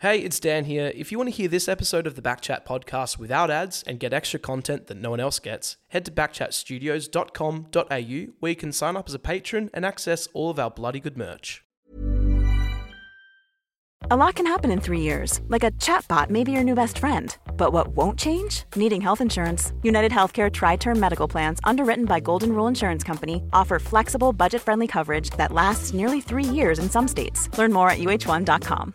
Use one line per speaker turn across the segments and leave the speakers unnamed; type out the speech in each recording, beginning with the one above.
Hey, it's Dan here. If you want to hear this episode of the Backchat podcast without ads and get extra content that no one else gets, head to backchatstudios.com.au where you can sign up as a patron and access all of our bloody good merch.
A lot can happen in three years, like a chatbot may be your new best friend. But what won't change? Needing health insurance. United Healthcare Tri Term Medical Plans, underwritten by Golden Rule Insurance Company, offer flexible, budget friendly coverage that lasts nearly three years in some states. Learn more at uh1.com.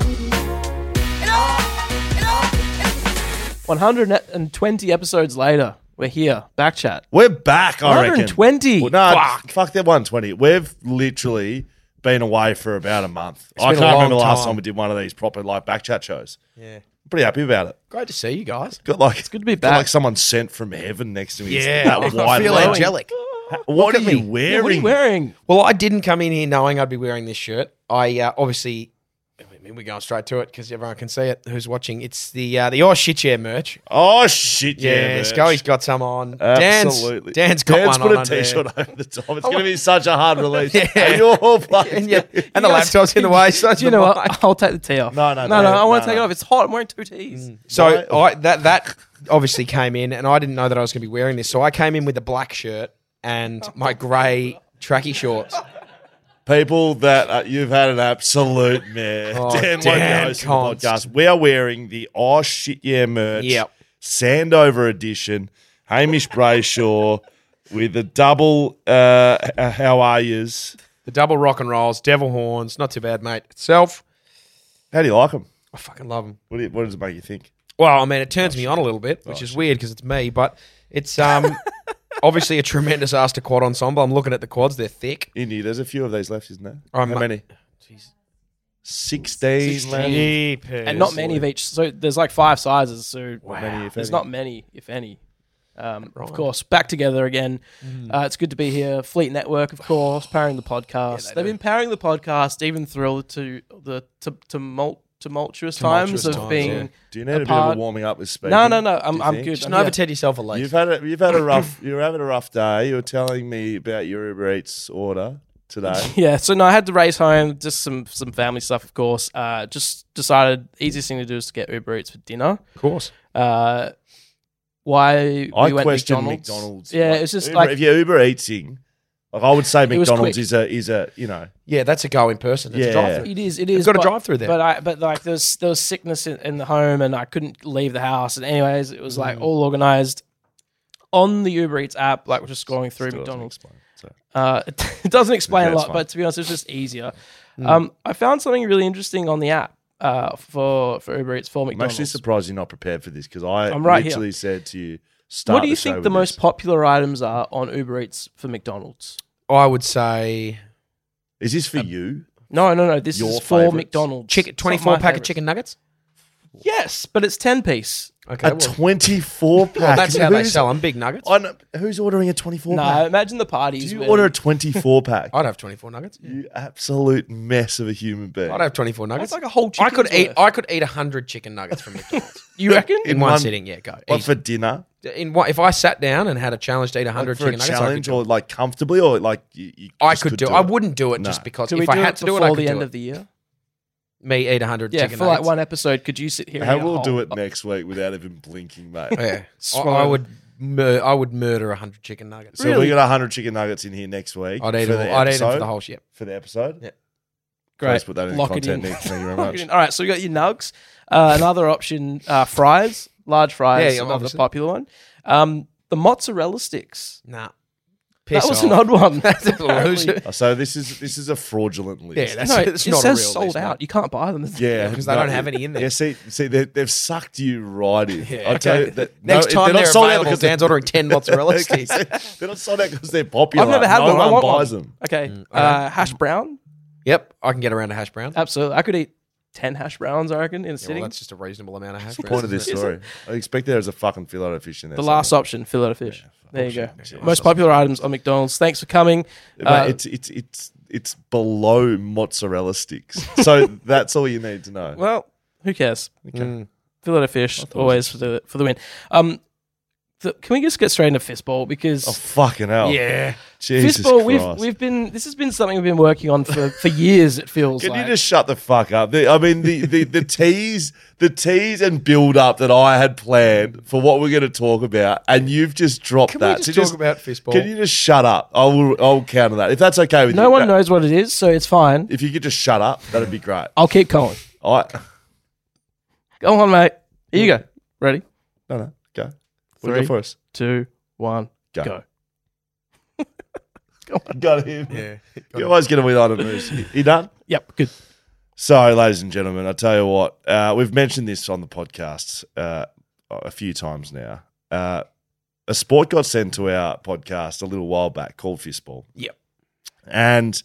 It all, it all, it all.
120 episodes later, we're here. Backchat.
We're back, I reckon.
120.
Well, nah,
Fuck.
fuck. that 120. We've literally been away for about a month. I
been a
can't
long
remember the last
time.
time we did one of these proper live back chat shows.
Yeah.
Pretty happy about it.
Great to see you guys.
Got like it's
good to be
Got
back.
like someone sent from heaven next to me. It's that
I
wide
feel
level.
angelic.
What are
Look at
you
me.
wearing?
Yeah, what are you wearing?
Well, I didn't come in here knowing I'd be wearing this shirt. I uh, obviously, I mean, we're going straight to it because everyone can see it who's watching. It's the uh, the Oh Shit Chair merch.
Oh shit! Yeah,
Yeah,
merch.
Scully's got some on.
Absolutely.
Dan's, Dan's got
Dan's
one
put
on
a
under
t-shirt
there.
over the top. It's going to be such a hard release.
Yeah.
And you're all fucked.
And, yeah, and the laptop's in the way. So
Do you know what? I'll take the tee off.
No, no,
no.
no,
I want to
no,
take
no.
it
Mm.
off. It's hot. I'm wearing two tees.
So
Why-
I, that that obviously came in, and I didn't know that I was going to be wearing this. So I came in with a black shirt and my grey tracky shorts.
People that uh, you've had an absolute mess.
Oh,
Dan,
Dan
Dan
Const.
podcast. We are wearing the Oh Shit Yeah merch.
Yep.
Sandover edition. Hamish Brayshaw with the double uh, h- uh, How Are Yous.
The double rock and rolls, devil horns, not too bad, mate. Itself,
How do you like them?
I fucking love them.
What, do you, what does it make you think?
Well, I mean, it turns me on a little bit, which is weird because it's me, but it's um obviously a tremendous ass to quad ensemble. I'm looking at the quads; they're thick.
Indy, there's a few of these left, isn't there?
Oh,
How
ma-
many? 16, left.
and not many of each. So there's like five sizes. So
many, if
there's
any?
not many, if any. Um, of course, back together again.
Mm.
Uh, it's good to be here. Fleet Network, of course, powering the podcast. they have been powering the podcast even through to the t- tumult, tumultuous, times
Tumultuous
of
times,
being.
yeah.
Do you need a, bit of
apart.
a warming up with speaking?
No, no, no.
Do
I'm,
you
I'm
think?
good.
Just
I'm
an
here.
overtend yourself a lace.
You've had a, you've had a rough you're having a rough day. You were telling me about your Uber Eats order today.
Yeah, so no, I had to race home, just some some family stuff, of course. Uh, just decided easiest thing to do is to get Uber Eats for dinner.
of course.
Uh, why
I
we went
question
McDonald's?
McDonald's.
Yeah,
Like,
it's just
Uber,
like
if you're Uber eating, like I would say
was
McDonald's
quick.
is a is a you know
Yeah, that's a go in person. It's
Yeah.
a drive-through.
It is. It is.
got a
but-
drive-through there.
But I. But like, there's there was sickness in, in the home, and I couldn't leave the house. And anyways, it was
Mm.
like all organized on the Uber Eats app. Like we're just going through
Still doesn't
McDonald's.
explain, so.
Uh, it, doesn't explain
Okay,
a
that's
lot,
fine. Mm.
but to be honest, it's just easier. Um, I found something really interesting on the app uh, for for Uber Eats for
I'm actually
McDonald's.
surprised you're not prepared for this because I
I'm right here.
literally said to you, start.
What do you
the show
think
with
the most
this.
popular items are on Uber Eats for McDonald's?
I would say
is this
Um,
for you?
No, no, no. This
Your
is for
favourites?
McDonald's.
chicken,
It's not my
twenty-four pack of
favourites.
chicken nuggets.
Yes, but it's ten piece.
Okay,
A
well,
24 pack.
well, that's how they
Who's-
sell them. Big nuggets.
I know- who's ordering a 24
No,
pack?
imagine the parties.
Do you
where-
order a 24 pack?
I'd have twenty-four nuggets.
you absolute mess of a human being.
I'd have twenty-four nuggets.
That's like a whole
I
chicken's
could eat.
worth.
I could eat hundred chicken nuggets from McDonald's
You reckon?
in,
In
one,
one-
sitting. Yeah, go.
Like
easy.
for dinner,
in what if I sat down and had a challenge to eat
like
100
for a
chicken nuggets, I could
challenge,
do
or like comfortably, or like you, you
I
just
could
do
do. it. I wouldn't do it
No.
just because
Can we
if
do
I had
it
to do it, I
before
could
the
do
end
it.
of the year?
Me eat 100
Yeah,
chicken
for like
nuggets.
one episode, could you sit here?
How
and eat a
we'll do
whole-
it next week without even blinking, mate.
Yeah, I,
Swallow
I
it.
would. Mur- I would murder 100 chicken nuggets.
So we got 100 chicken nuggets in here next week.
I'd eat
for
them.
the
I'd eat them for
episode-
the whole shit.
for the episode.
Yeah.
Please put that in
Lock it
content,
in.
Nick. Thank you very
Lock it
much.
in. All right, so we got your nugs. Uh, another option, uh, fries, large fries,
Yeah, yeah,
another
obviously.
popular one. Um, the mozzarella sticks.
Nah, piss
that was
off.
an odd one.
That's a
Apparently.
loser.
Uh, So this is this is a fraudulent list.
Yeah, that's
No,
it's
it
not
says
a real
sold
list,
out.
mate.
You can't buy them.
yeah,
because they
no,
don't have any in there.
Yeah, see, see, they, they've sucked you right in.
Yeah,
I tell
okay.
you that
Next
no,
time
they're
they're,
not sold out
available,
because
Dan's ordering 10 mozzarella sticks.
they're not sold out because they're popular.
I've never had
no
them. I
one
want
buys
one.
them.
Mm,
Okay, uh, hash brown.
Yep, I can get around a hash brown.
Absolutely, I could eat ten hash browns, I reckon, in a
Yeah, well,
sitting.
that's just a reasonable amount of hash
The point of this
browns, isn't it?
story. I expect there is a fucking fillet of fish in there.
the last
somewhere.
option, fillet of fish. there you go.
shit.
Most popular items on McDonald's. Thanks for coming.
Mate,
Uh,
it's it's it's it's below mozzarella sticks. So that's all you need to know.
well, who cares?
Mm.
Fillet of fish, always for the for the win. Um, the, can we just get straight into fistball because
oh fucking hell!
Yeah.
Jesus
fistball? We've
Christ.
we've been this has been something we've been working on for for years. It feels
Can
like.
you just shut the fuck up? The- I mean, the, the, the tease, the tease and build up that I had planned for what we're going to talk about, and you've just dropped
Can we
that.
just
So
talk about fistball?
Can you just shut up? I will. I'll counter that if that's okay with you.
no one
That-
knows what it is, so it's fine.
If you could just shut up, that'd be great.
I'll keep going.
I
Go on, mate. Here you go. Ready?
no no go. What do you
Three.
got for us?
Two, one,
Go.
go.
Got him.
Yeah.
You always get him with item moves. You- You done?
Yep, good.
So, ladies and gentlemen, I tell you what, uh, we've mentioned this on the podcast uh, a few times now. Uh, a sport got sent to our podcast a little while back called Fistball.
Yep.
And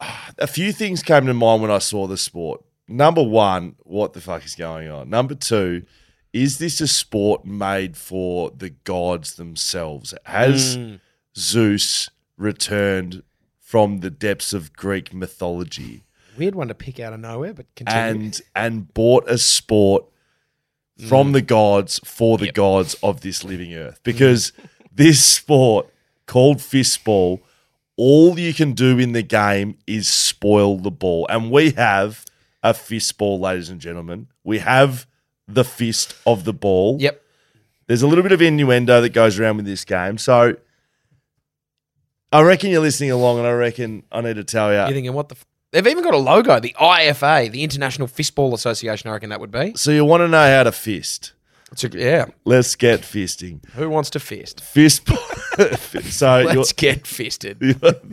uh, a few things came to mind when I saw the sport. Number one, what the fuck is going on? Number two, is this a sport made for the gods themselves? Has Zeus returned from the depths of Greek mythology?
Weird one to pick out of nowhere, but continue.
and and bought a sport from the gods for the gods of this living earth because this sport called fistball all you can do in the game is spoil the ball and we have a fistball ladies and gentlemen we have the fist of the ball
yep.
there's a little bit of innuendo that goes around with this game so i reckon you're listening along and i reckon i need to tell you
You're thinking, what the? F-? They've even got a logo, the IFA, the International Fistball Association. I reckon that would be.
so you want to know how to fist
It's a, yeah.
let's get fisting
Who wants to fist?
fist. so you're,
Let's get fisted.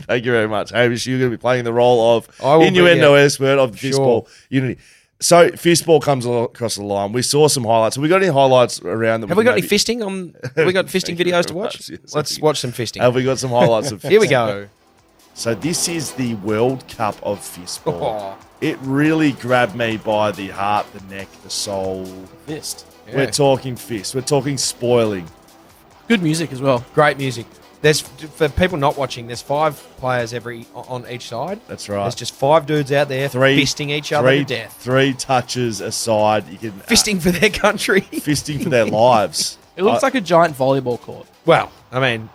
thank you very much, Hamish. You're going to be playing the role of
I will be,
innuendo
yeah.
expert of the
Sure.
fistball unity. So fistball comes al- across the line. We saw some highlights. Have we got any highlights around? That
Have we got any
maybe-
fisting on? Have we got fisting
Thank you
videos to
very
watch?
much. Yes, I
Let's
think-
watch some fisting.
Have we got some highlights of?
Here we
fisting?
go.
So this is the World Cup of fistball.
Oh.
It really grabbed me by the heart, the neck, the soul.
Fist.
Yeah.
We're talking fist. We're talking spoiling.
Good music as well.
Great music. There's for people not watching. There's five players every on each side.
That's right.
There's just five dudes out there
Three
fisting each other
three,
to death.
Three touches aside, you can
Fisting for their country.
fisting for their lives.
It looks
I-
like a giant volleyball court.
well, I mean,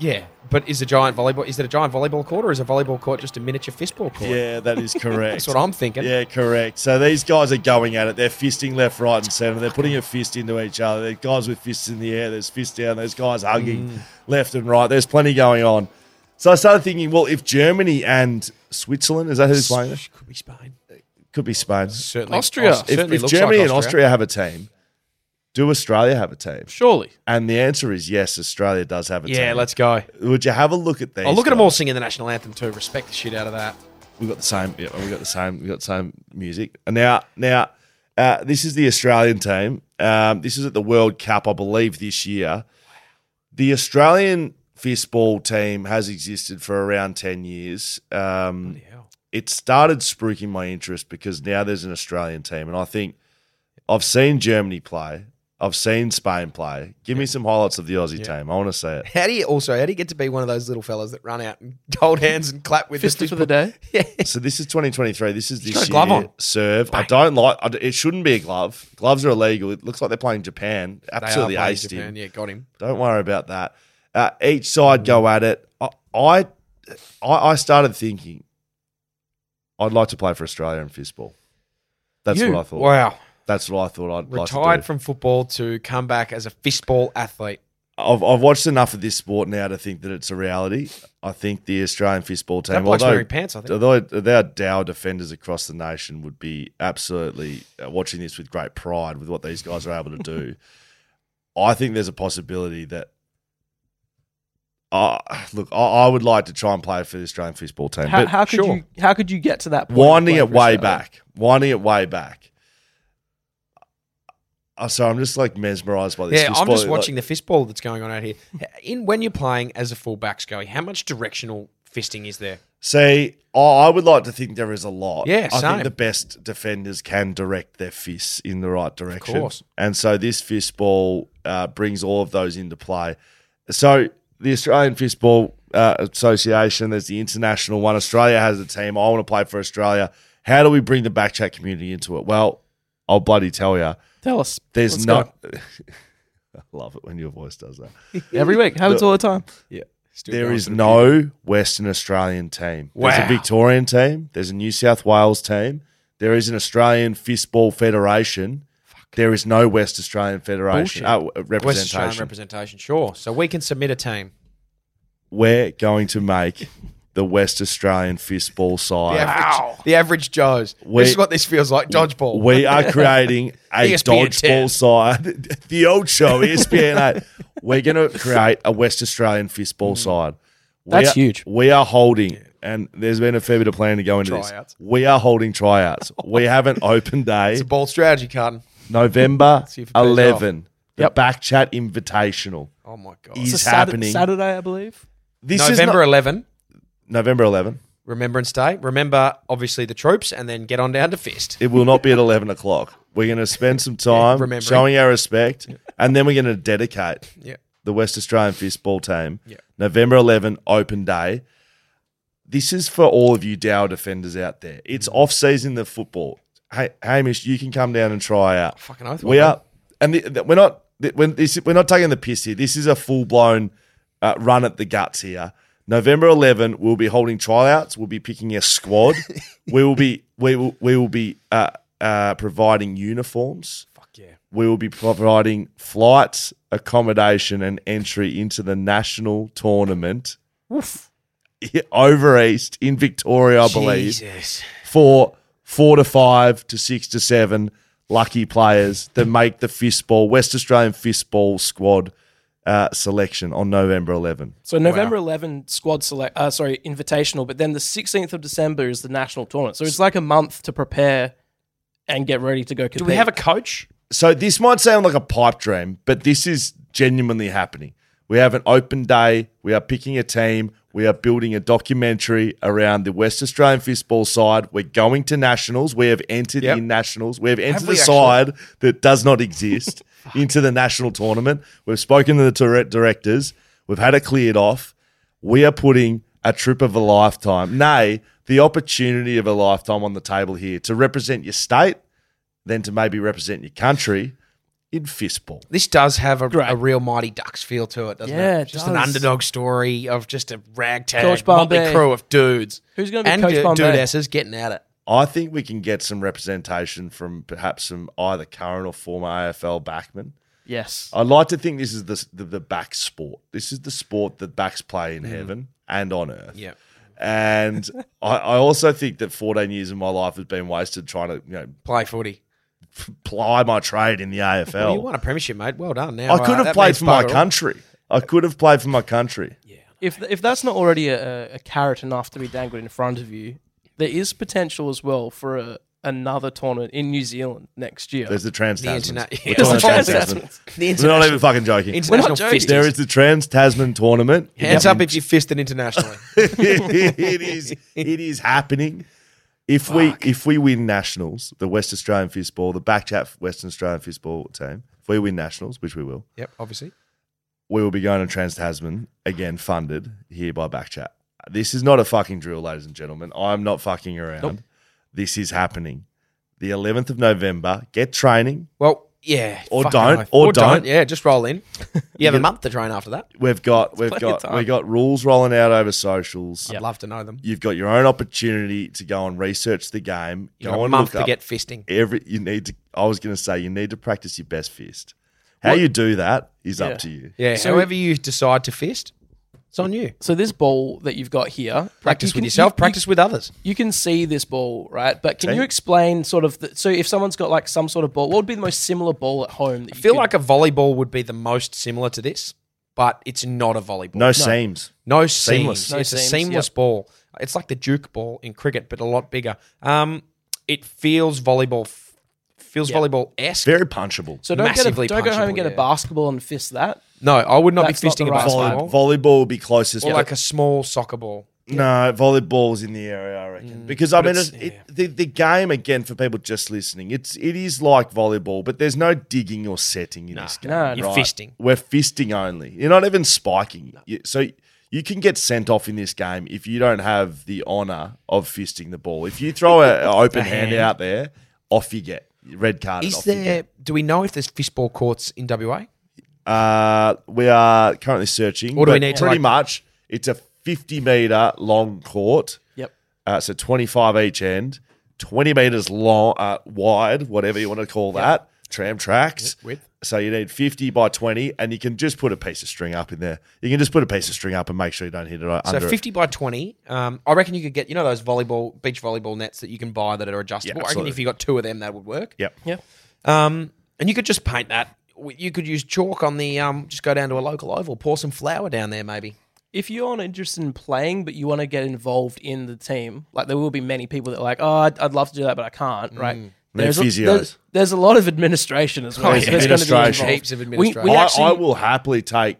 yeah. But is a giant volleyball? Is it a giant volleyball court, or is a volleyball court just a miniature fistball court?
yeah, that is correct.
That's what I'm thinking.
Yeah, correct. So these guys are going at it. They're fisting left, right, and centre. They're putting a fist into each other. There's guys with fists in the air. There's fists down. There's guys hugging
Mm.
left and right. There's plenty going on. So I started thinking, well, if Germany and Switzerland is that who's playing? this?
Could be Spain.
Could be Spain.
Certainly,
Austria.
Aus-
If,
certainly
if
looks
Germany
like
and Austria have a team, do Australia have a team?
Surely.
And the answer is yes, Australia does have a team.
Yeah, let's go.
Would you have a look at these?
I'll look at them
guys?
all singing the national anthem too. Respect the shit out of that.
we got the same. Yeah, we got the same. We got the same music. And now, now, uh, this is the Australian team. Um, this is at the World Cup, I believe, this year. The Australian fistball team has existed for around ten years. Um, it started spruiking my interest because now there's an Australian team, and I think I've seen Germany play. I've seen Spain play. Give me some highlights of the Aussie team. I want to see it.
How do you also? How do you get to be one of those little fellas that run out and hold hands and clap with
Fist
the
for the day.
So this is 2023. This is this
got
year.
a glove on.
Serve. I don't like. I d it shouldn't be a glove. Gloves are illegal. It looks like they're playing Japan.
They are
Absolutely
playing
aced
Japan.
him.
Yeah, got him.
Don't worry about that. Uh, each side go at it. I, I, I I started thinking. I'd like to play for Australia in fistball. That's
You-
what I thought.
Wow.
That's what I thought. I'd like to do.
Retired from football to come back as a fistball athlete.
I've, I've watched enough of this sport now to think that it's a reality. I think the Australian fistball team,
That bloke's
although,
wearing pants, I think.
although their Dow defenders across the nation would be absolutely uh, watching this with great pride with what these guys are able to do. I think there's a possibility that. Uh, look, I, I would like to try and play for the Australian fistball team.
How,
but-
how could
sure.
you? How could you get to that? point?
winding it
Like,
way
Australia?
back, winding it way back. Oh, sorry, I'm just like mesmerized by this.
Yeah, I'm
fistball.
just
Like-
watching the fistball that's going on out here. In when you're playing as a full back, Scully, how much directional fisting is there?
See, I I would like to think there is a lot.
Yeah,
I
same.
think the best defenders can direct their fists in the right direction.
course.
And so this fist ball uh, brings all of those into play. So the Australian Fistball uh, Association, there's the international one. Australia has a team. I want to play for Australia. How do we bring the backchat community into it? Well, I'll bloody tell you.
Tell us.
There's
Let's
not. I love it when your voice does that.
go. every week happens all the time.
There is no Western Australian team. There's
Wow.
a Victorian team. There's a New South Wales team. There is an Australian Fistball Federation. There is no West Australian Federation uh,
West Australian
representation.
representation, sure. So we can submit a team.
We're going to make the West Australian Fistball
The,
side.
average, the average Joes.
We-
this is what this feels like. Dodgeball.
We are creating a
ESPN
dodgeball side. The old show, E ESPN 8. We're going to create a West Australian
Mm.
fistball side. We
That's
are-
huge.
We are holding, and there's been a fair bit of planning to go into
Tryouts.
this. We are holding tryouts. we have an open day,
it's a bold strategy, Carton.
November
See if it pays
11. The
Yep.
Backchat Invitational
Oh my god.
is
Sat-
happening.
Saturday, I believe.
This
November
is
11,
not, November 11.
Remembrance Day. Remember, obviously, the troops, and then get on down to fist.
It will not be at 11 o'clock. We're going to spend some
Yeah,
time
remembering.
showing our respect, and then we're going to dedicate
Yeah.
the West Australian Fistball team.
Yeah.
November 11, open day. This is for all of you Dow defenders out there. It's
Mm.
off season of football. Hey, Hamish, you can come down and try out.
Fucking oath.
We are, and th- th- we're not. th- When this, we're not taking the piss here. This is a full blown uh, run at the guts here. November 11, we'll be holding tryouts. We'll be picking a squad. we will be we will we will be uh, uh, providing uniforms. Fuck
yeah.
We will be providing flights, accommodation, and entry into the national tournament over east in Victoria, I believe
Jesus.
for four to five to six to seven lucky players that make the fistball West Australian fistball squad uh, selection on November 11.
So November 11 squad select, uh, sorry, invitational, but then the 16th of December is the national tournament. So it's like a month to prepare and get ready to go compete.
Do we have a coach?
So this might sound like a pipe dream, but this is genuinely happening. We have an open day. We are picking a team. We are building a documentary around the West Australian fistball side. We're going to nationals. We have entered
Yep.
in nationals. We have entered
we
a side that does not exist into the national tournament. We've spoken to the direct directors. We've had it cleared off. We are putting a trip of a lifetime, nay, the opportunity of a lifetime on the table here to represent your state, than to maybe represent your country in fistball.
This does have a,
Great.
a real Mighty Ducks feel to it, doesn't
Yeah, it
it? Just an
does.
underdog story of just a
Coach
ragtag
Bombay.
motley crew of dudes.
Who's gonna be
and
Coach
du-
Bombay?
dudesses getting at it?
I think we can get some representation from perhaps some either current or former AFL backmen.
Yes.
I'd like to think this is the, the, the back sport. This is the sport that backs play in heaven and on earth.
Yeah.
And I, I also think that 14 years of my life has been wasted trying to you know
Play footy.
ply my trade in the AFL.
Well, you won a premiership, mate. Well done. Now
I could
uh,
have
that
played
means
for my
bugger all.
country. I could have played for my country.
If, if that's not already a, a carrot enough to be dangled in front of you, there is potential as well for a, another tournament in New Zealand next year.
There's the trans
The
Tasman.
internet.
We're talking
Trans-
Trans-Tasman.
The
We're
international.
not even fucking joking.
international
We're not joking.
fisties.
There is the Trans Tasman tournament.
Hands up if you fisted internationally.
it is it is happening. If we if we win nationals, the West Australian fistball, the backchat Western Australian fistball team, if we win nationals, which we will,
yep, obviously.
we will be going to Trans Tasman again, funded here by backchat. This is not a fucking drill, ladies and gentlemen. I'm not fucking around. This is happening. The 11th of November. Get training.
Well, yeah.
Or
fucking
don't,
oath.
or don't.
Yeah, just roll in. You have a month to train after that.
We've got we've
plenty of
got
time.
we got rules rolling out over socials.
I'd love to know them.
You've got your own opportunity to go and research the game.
You
go
got a
and
month
look
to
up
get fisting.
every. You need to. I was going to say you need to practice your best fist. How you do that is
Yeah.
up to you.
Yeah,
So-
however you decide to fist, it's on you.
so this ball that you've got here,
Practice
like you
with
can-
yourself,
you- you-
practice with others.
you can see this ball, right? But can
Okay.
you explain sort of the, so if someone's got like some sort of ball, what would be the most similar ball at home? That
I
you
feel
could-
like a volleyball would be the most similar to this, but it's not a volleyball.
No, seams.
No
Seamless.
seams.
No
it's a
seams,
seamless ball. It's like the Duke ball in cricket, but a lot bigger. Um, it feels volleyball, f- feels volleyball esque.
Very punchable.
so don't get a,
massively
don't go home and
punchable,
get
yeah.
a basketball and fist that.
No, I would not
That's
be
not the
fisting a
right
basketball
Volleyball will be closest.
or
but
like a small soccer ball.
No, volleyball's in the area, I
Mm.
reckon. because I mean,
it's-
it's, it, the the game again for people just listening, it's it is like volleyball, but there's no digging or setting in this game.
No,
You're
no.
fisting.
We're fisting only. You're not even spiking. You- so you can get sent off in this game if you don't have the honor of fisting the ball. If you throw an open hand.
hand.
out there, off you get. Red card.
Is
off you
there? Do we know if there's fistball courts in WA?
get. Uh, we are currently searching.
Or do we
but
need to,
pretty
like-
much? It's a 50 meter long court.
Yep.
Uh, so 25 each end, 20 meters long, uh, wide, whatever you want to call that, tram tracks.
width.
So you need 50 by 20, and you can just put a piece of string up in there. You can just put a piece of string up and make sure you don't hit it o-
So
under. it.
fifty by twenty. Um, I reckon you could get you know those volleyball beach volleyball nets that you can buy that are adjustable. I reckon
absolutely.
if you got two of them, that would work.
Yep.
Yeah.
Um, and you could just paint that. You could use chalk on the um. Just go down to a local oval, pour some flour down there, maybe.
If you aren't interested in playing, but you want to get involved in the team, like there will be many people that are like, oh, I'd, I'd love to do that, but I can't, right? There's a,
Mm. physios.
there's, there's a lot of administration as well.
Oh,
so
yeah.
there's gonna be
Administration.
involved.
Heaps of
We-
administration.
We,
I,
actually,
I will happily take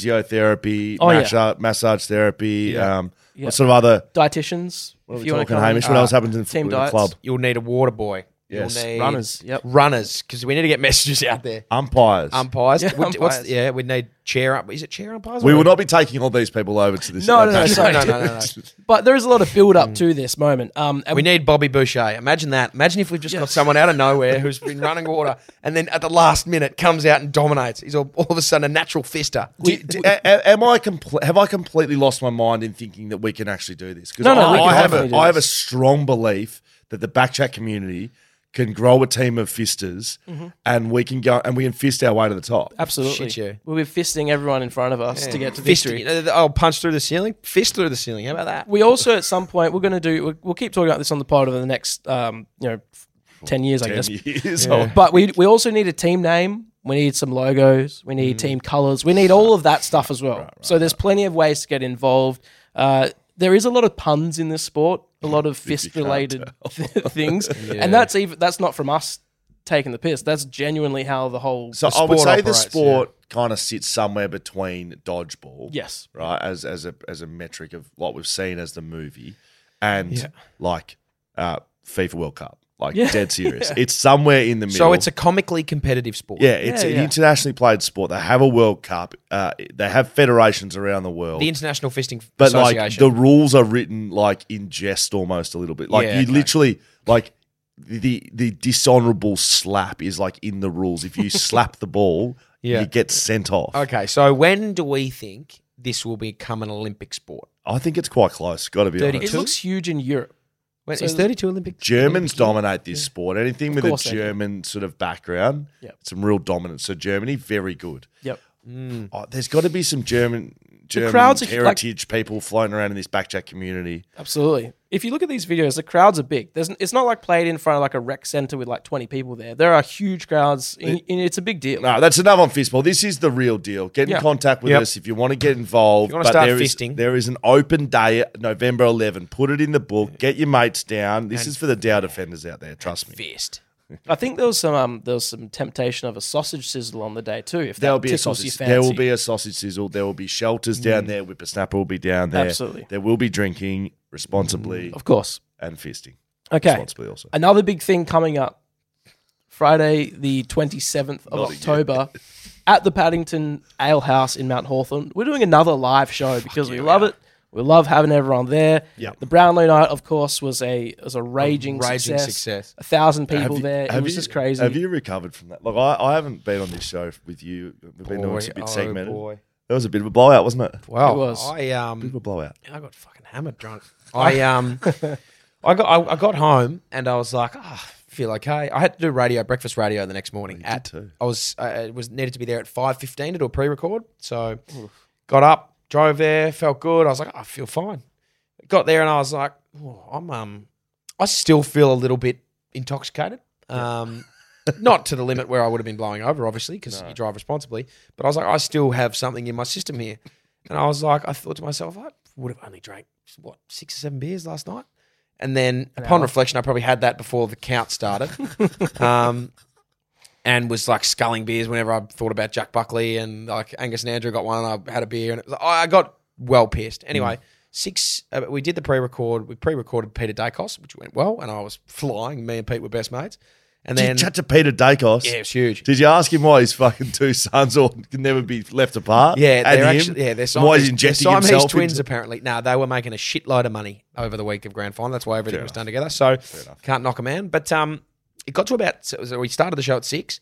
physiotherapy,
Oh, yeah.
massage, massage therapy, um,
Yeah.
what sort of other.
dietitians,
What are
if
we
you want to
talking,
come
Hamish? What
in.
else happens in
team
the
diets.
club?
You'll need a water boy.
Yes.
You'll need
Runners, yep.
Runners, because we need to get messages out there.
Umpires.
Umpires.
Yeah,
Yeah, What's,
umpires.
yeah, we need chair up. Is it chair umpires?
we
or-
will not be taking all these people over to this.
No, no, no,
Okay.
sorry.
no, no, no, no.
But there is a lot of build
Mm.
up to this moment. Um, and
We need Bobby Boucher. Imagine that. Imagine if we've just got someone out of nowhere who's been running water and then at the last minute comes out and dominates. He's all, all of a sudden a natural fister.
Do- do- a- a- am I comple- have I completely lost my mind in thinking that we can actually do this? Because
No, no,
I,
we can
I have
definitely
a,
do
I have a
this.
strong belief that the backchat community can grow a team of fisters, and we can go and we can fist our way to the top.
Mm-hmm. Absolutely.
Shit, yeah.
We'll be fisting everyone in front of us to get to
Fist-
victory.
Oh, punch through the ceiling? Fist through the ceiling. How about that?
We also, at some point, we're going to do, we'll, we'll keep talking about this on the pod over the next, um, you know, f- 10 years, I
Ten
guess.
years old.
But we, we also need a team name. We need some logos. We
Mm.
need team colors. We need all of that stuff as well. so there's plenty of ways to get involved. Uh, there is a lot of puns in this sport, a lot of fist related things. And that's even that's not from us taking the piss. That's genuinely how the whole.
So I would
sport
say the
operates,
sport kind of sits somewhere between dodgeball,
yes.
right, as as a as a metric of what we've seen as the movie, and like uh, FIFA World Cup, like dead serious. It's somewhere in the middle.
So it's a comically competitive sport.
Yeah, it's an
yeah.
internationally played sport. They have a World Cup. Uh, they have federations around the world.
The International Fisting
but like
Association.
the rules are written like in jest almost a little bit. Like
Yeah,
you
okay.
literally like the the dishonorable slap is like in the rules. If you slap the ball,
Yeah.
you get sent off.
okay, so when do we think this will become an Olympic sport?
I think it's quite close. Got to be
Thirty-
It
honest.
Two?
looks huge in Europe.
When,
So
is 32 Olympic?
Germans
Olympic year?
dominate this sport. Anything with a
course they do.
German sort of background,
Yep.
some real dominance. So Germany, very good.
Yep.
Oh, there's got to be some German German
crowds are, like-
heritage people floating around in this backjack community.
Absolutely. If you look at these videos, the crowds are big. There's, it's not like played in front of like a rec center with like 20 people there. There are huge crowds, and, and it's a big deal.
No, that's enough on fistball. This is the real deal. Get in
Yeah.
contact with
Yep.
us if you want to get involved.
If you wanna
But
start
there is-
fisting.
there is an open day at November 11. Put it in the book. Get your mates down. This is for the Dow defenders out there. Trust me.
Fist.
I think there was some um, there was some temptation of a sausage sizzle on the day too. If
There will
that
be a
tickles your
sausage.
fancy, Mm.
There will be a sausage sizzle. There will be shelters down there. Whippersnapper will be down there.
Absolutely.
There will be drinking responsibly
of course.
and fisting
Okay,
responsibly also.
another big thing coming up Friday, the twenty seventh of
Not again.
October, at the Paddington Ale House in Mount Hawthorn. We're doing another live show because we love it. We love having everyone there.
Yep.
The Brownlow night, of course, was a was a raging,
raging
success.
success.
A thousand people
you-
there. It
have
was
you-
just crazy.
Have you recovered from that? Look, I, I haven't been on this show with you. We've been doing
Boy,
it's a bit
oh
segmented.
boy.
That was a bit of a blowout, wasn't it?
Wow.
It was.
I, um,
Bit of a blowout.
I got fucking hammered drunk. I um, I got I, I got home and I was like, ah, I feel okay. I had to do radio breakfast radio the next morning. at
too.
I was I I was needed to be there at five fifteen to do a pre record. So got up, drove there, felt good. I was like, "Oh, I feel fine. Got there and I was like, oh, I'm um, I still feel a little bit intoxicated. Um. Not to the limit where I would have been blowing over, obviously, because you drive responsibly. But I was like, I still have something in my system here. And I was like, I thought to myself, I would have only drank what six or seven beers last night. And then, upon reflection, I probably had that before the count started, um, and was like sculling beers whenever I thought about
Mm.
Jack Buckley and like Angus and Andrew got one. I had a beer and it was, I got well pissed. Anyway, six. Uh, we did the pre-record. We pre-recorded Peter Dacos, which went well, and I was flying. Me and Pete were best mates. And
Did
then
you chat to Peter Dacos?
yeah, it was huge.
Did you ask him why his fucking two sons all can never be left apart?
Yeah,
and
they're
him?
actually yeah, they're Siamese,
why he's injecting
they're Siamese
himself
twins
into-
apparently. No, they were making a shitload of money over the week of grand final. That's why everything
Fair
was
enough.
done together. So can't knock a man. But um, it got to about so it was- we started the show at six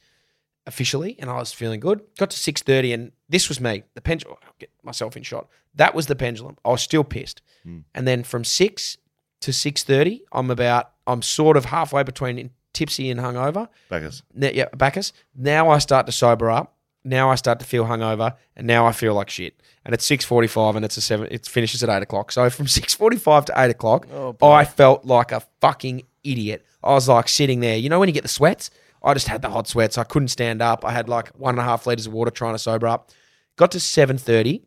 officially, and I was feeling good. Got to six thirty, and this was me. The pendulum. I'll Get myself in shot. That was the pendulum. I was still pissed.
Hmm.
And then from six to six thirty, I'm about. I'm sort of halfway between tipsy and hungover.
Backers.
Ne- yeah, Bacchus. Now I start to sober up. Now I start to feel hungover, and now I feel like shit. And it's six forty-five, and it's a seven. It finishes at eight o'clock. So from six forty-five to eight o'clock, I felt like a fucking idiot. I was like sitting there. You know when you get the sweats? I just had the hot sweats. I couldn't stand up. I had like one and a half liters of water trying to sober up. Got to seven thirty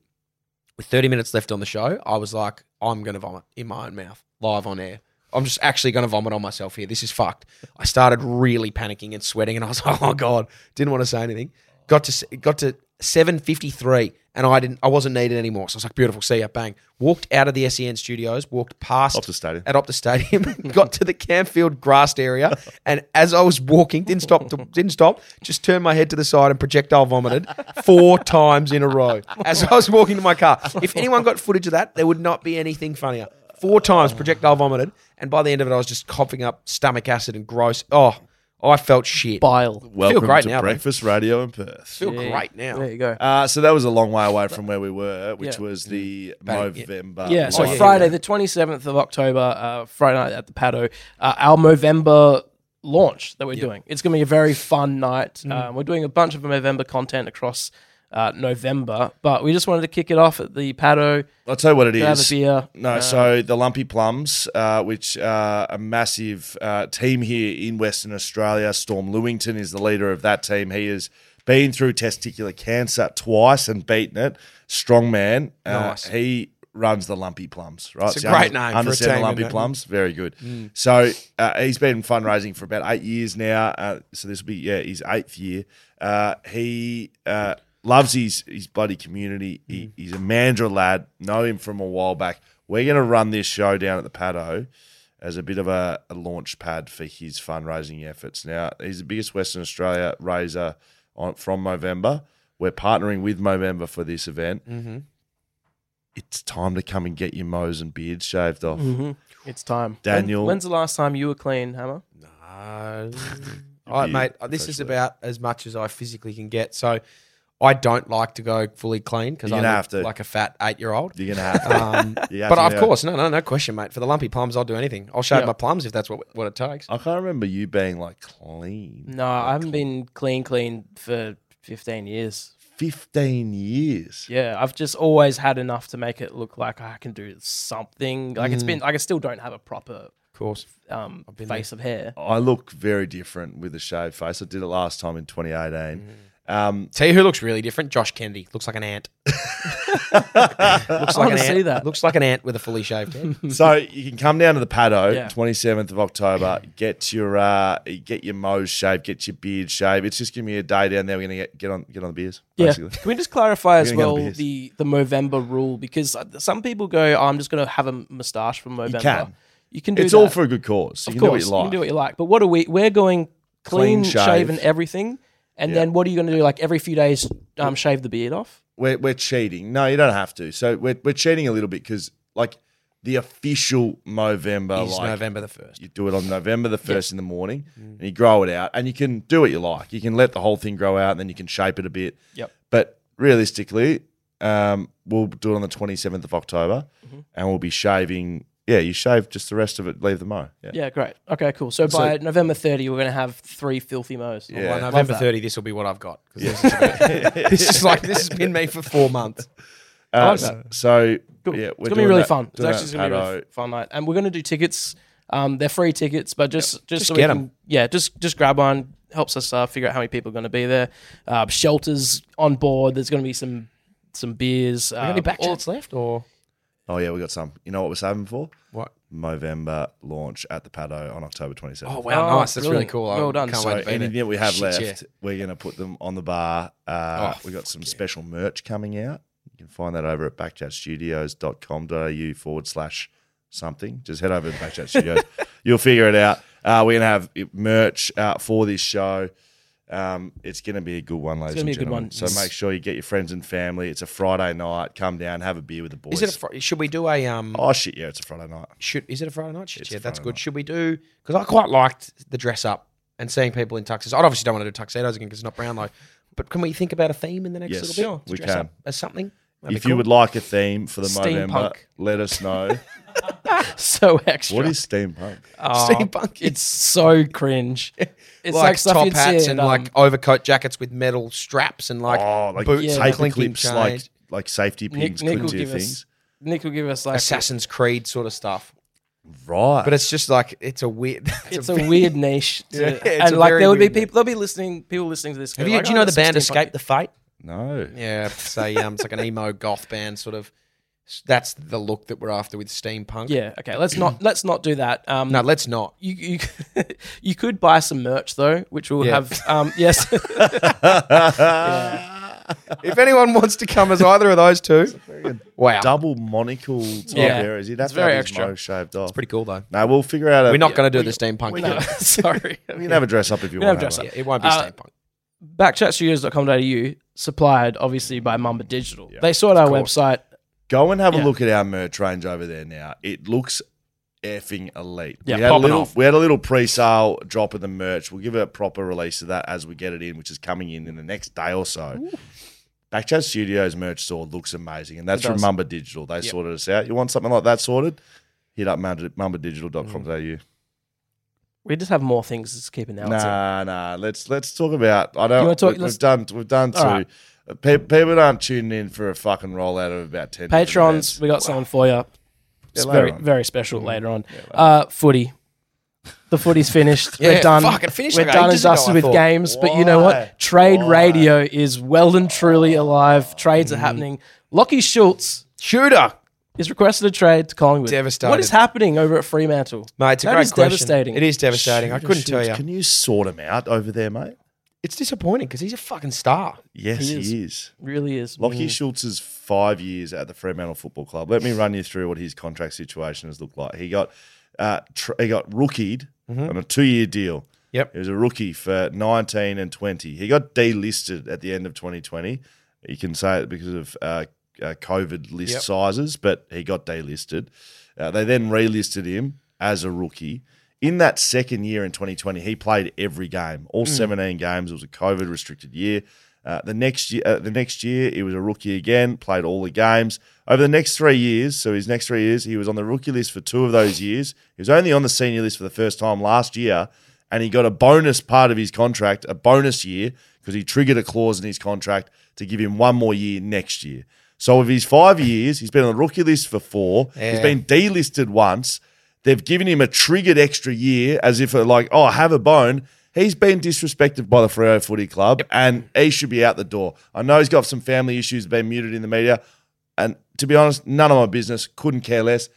with 30 minutes left on the show, I was like, I'm going to vomit in my own mouth, live on air. I'm just actually going to vomit on myself here. This is fucked. I started really panicking and sweating, and I was like, oh god, didn't want to say anything. Got to got to 7:53, and I didn't. I wasn't needed anymore. So I was like, beautiful, see ya, bang. Walked out of the Sen studios, walked past
Optus Stadium.
at Optus Stadium, got to the Campfield grassed area, and as I was walking, didn't stop, to, didn't stop, just turned my head to the side and projectile vomited four times in a row as I was walking to my car. If anyone got footage of that, there would not be anything funnier. Four times projectile vomited, and by the end of it, I was just coughing up stomach acid and gross. Oh, I felt shit.
Bile.
Welcome
great
to
now, mate.
Breakfast Radio in Perth.
feel
Yeah.
great now.
There you go.
Uh, so that was a long way away from where we were, which
Yeah.
was the
Bang, yeah.
November.
Yeah, so
Oh, yeah,
Friday,
yeah.
the 27th of October, uh, Friday night at the Paddo, uh, our Movember launch that we're doing. It's going to be a very fun night. Um, we're doing a bunch of Movember content across uh, November, but we just wanted to kick it off at the Paddo,
I'll tell you what it is.
have a beer.
No, so the Lumpy Plums, uh, which uh, a massive uh, team here in Western Australia. Storm Lewington is the leader of that team. He has been through testicular cancer twice and beaten it. Strong man. Uh,
Nice.
He runs the Lumpy Plums, right?
It's a great name for a
understand the
team,
Lumpy
isn't it? Mm.
Plums. Very good. So uh, he's been fundraising for about eight years now. Uh, so this will be yeah his eighth year. Uh, he uh, loves his his bloody community. He,
Mm.
He's a Mandra lad. Know him from a while back. We're going to run this show down at the Paddo as a bit of a, a launch pad for his fundraising efforts. Now he's the biggest Western Australia raiser on, from Movember. We're partnering with Movember for this event.
Mm-hmm.
It's time to come and get your mows and beards shaved off.
Mm-hmm.
It's time. When-
Daniel.
when's the last time you were clean, Hammer?
No. Uh, All right,
You
mate. uh, This is
professionally.
about as much as I physically can get. So I don't like to go fully clean because
You're
I
gonna
look
have to.
like a fat eight year old.
You're gonna have to.
Um,
You have
but
to
of
go.
course, no, no, no question, mate. For the lumpy plums, I'll do anything. I'll shave
Yeah.
my plums if that's what what it takes.
I can't remember you being like clean.
No, I haven't been clean, clean for 15 years.
Fifteen years.
Yeah, I've just always had enough to make it look like I can do something. Like it's been, like I still don't have a proper
Of course,
um, face of hair.
I look very different with a shaved face. I did it last time in 2018. Um,
tell you who looks really different. Josh Kennedy looks like an ant. looks
I
like an
wanna
ant.
see that.
Looks like an ant with a fully shaved head.
so you can come down to the Paddo,
Mm. Yeah.
27th of October. Get your uh, get your mo's shaved, get your beard shaved. It's just gonna be a day down there. We're gonna get, get on get on the beers. Basically.
Can we just clarify as
We're gonna get
well
on beers.
the the Movember rule because uh, some people go, oh, "I'm just going to have a moustache from Movember."
can.
You can do
It's
that.
all for a good cause. You
of
can
course.
do what you
You
like.
can do what you like. But what are we? We're going clean,
Clean shave.
shaven everything, and
Yeah.
then what are you going to do? Like every few days, um, shave the beard off.
we're, we're cheating. No, you don't have to. So we're, we're cheating a little bit because like the official Movember
It's
like
November the first.
you do it on November the 1st in the morning and you grow it out and you can do what you like. You can let the whole thing grow out and then you can shape it a bit.
Yep.
But realistically, um, we'll do it on the 27th of October
Mm-hmm.
and we'll be shaving. Yeah, you shave just the rest of it, leave the mo. Yeah.
Yeah, great. Okay, cool. So, by November 30, we're going to have three filthy mows.
Yeah.
By November
that.
thirty, this will be what I've got. 'Cause This, is about- this is like this has been me for four months.
Uh,
like
so-
that.
So,
Cool.
yeah,
it's
we're
gonna be
doing
really
that-
fun. It's
doing
actually
that
gonna be a
at
really fun night, and we're gonna do tickets. Um, they're free tickets, but just just, so
get
we
'em.
can, yeah, just just grab one. Helps us uh, figure out how many people are gonna be there. Uh, shelters on board. There's gonna be some some beers. Uh,
Any back
all-
chats Um, left or
Oh, yeah, we got some. You know what we're saving for?
what?
Movember launch at the Paddo on October 27th.
Oh
Oh,
wow, nice. That's
brilliant.
really cool. I
Well done.
Can't
So
wait to be
anything
there.
that we have
Shit,
left,
yeah.
we're going to put them on the bar. Uh,
Oh,
we got some special merch coming out. can find that over at backchatstudios.com.au forward slash something. Just head over to Backchat Studios. You'll figure it out. Uh, we're going to have it- merch uh, for this show. Um, it's going to be a good one, ladies
gonna be
and
a good
gentlemen.
one.
So make sure you get your friends and family. It's a Friday night. Come down, have a beer with the boys.
Is it a fr- should we do a um?
oh, shit. Yeah, it's a Friday night.
Should is it a Friday night? Shit,
It's a
yeah, that's
Friday
good.
night.
Should we do? Because I quite liked the dress up and seeing people in tuxes. I obviously don't want to do tuxedos again because it's not Brownlow. But can we think about a theme in the next
Yes,
little bit?
we
dress
can.
up as something.
if you would like a theme for the
Steampunk.
Movember, let us know.
so extra.
what is steampunk?
Oh,
steampunk?
It's so cringe. It's
like,
like, stuff
top
you'd see
hats
in,
and
um,
like overcoat jackets with metal straps and like,
oh, like
boots,
boots,
Yeah.
and
paper
clinking
clips,
chain,
like like safety
oh,
pins,
Nick, Nick
couldn't
will
do
give
things.
us. Nick will give us like.
Assassin's Creed sort of stuff.
Right.
But it's just like it's a weird.
It's a weird niche, to-
Yeah, it's
and
a
like
very
there would be
weird niche.
people. There'll be listening. People listening to this.
Have
go
you,
like,
do you
"Oh,
know the
that's
band
steampunk."
Escape the Fate?
no.
Yeah, say um, it's like an emo goth band sort of. That's the look that we're after with steampunk.
Yeah. Okay. Let's not. Let's not do that. Um,
No, let's not.
you you you could buy some merch though, which will
Yeah.
have um yes.
If anyone wants to come as either of those two, wow,
Double monocle type
Yeah.
areas. You'd have
It's
to have
very
his
extra.
mo shaved off.
pretty cool though.
No, we'll figure out. A,
We're not
Yeah.
going to do the steampunk.
we
thing.
no, sorry.
You can have a dress up if you
We can
want.
have dress
Hammer.
up.
It won't be
Uh,
steampunk.
Backchatstudios.com.au, supplied obviously by Mumba Digital. they sort our
course.
website.
Go and have a
Yeah.
look at our merch range over there now. It looks effing elite.
Yeah,
we had a
popping
little,
off.
we had a little pre-sale drop of the merch. We'll give a proper release of that as we get it in, which is coming in in the next day or so. Backchat Studios merch store looks amazing, and that's
It
from
does.
Mumba Digital. They sorted us out. You want something like that sorted? Hit up mumba-
Mm.
mumbadigital.com.au.
We just have more things to keep an eye out.
Nah, nah. Let's let's talk about. I
You
don't.
wanna talk-
we,
let's-
have done. We've done two.
All right.
Pe- people aren't tuning in for a fucking rollout of about ten. different
Patrons,
events.
we got something for you. It's
later
very
on.
very special
Mm-hmm.
later on. Uh, footy. The footy's finished. We're
Yeah,
done.
fuck, it finished
We're
like
done and
ages ago,
dusted
I
with
thought.
games. But you know
Why?
what? Trade
Why?
radio is well and truly alive. Trades are
Mm-hmm.
happening. Lockie Schultz
Shooter,
is requested a trade to Collingwood.
Devastated.
What is happening over at Fremantle?
mate, it's a
That
great
is
question.
devastating.
It is devastating. I
Shooter,
couldn't
shooter,
tell you.
Can you sort him out over there, mate?
It's disappointing because he's a fucking star.
Yes,
He
he
is.
is.
really is.
Lockie
Mm.
Schultz's five years at the Fremantle Football Club. Let me run you through what his contract situation has looked like. He got uh, tr- he got rookied
Mm-hmm.
on a two year deal.
Yep.
He was a rookie for 19 and 20. He got delisted at the end of 2020. You can say it because of uh, uh, COVID list
Yep.
sizes, but he got delisted. Uh, they then relisted him as a rookie. In that second year in 2020, he played every game, all
Hmm.
17 games. It was a COVID restricted year. Uh, the next year, uh, the next year, he was a rookie again. Played all the games over the next three years. So his next three years, he was on the rookie list for two of those years. He was only on the senior list for the first time last year, and he got a bonus part of his contract, a bonus year, because he triggered a clause in his contract to give him one more year next year. So of his five years, he's been on the rookie list for four. He's
Yeah.
been delisted once. They've given him a triggered extra year as if uh, like, oh, have a bone. He's been disrespected by the Freo Footy Club and he should be out the door. I know he's got some family issues, been muted in the media. And to be honest, none of my business. Couldn't care less.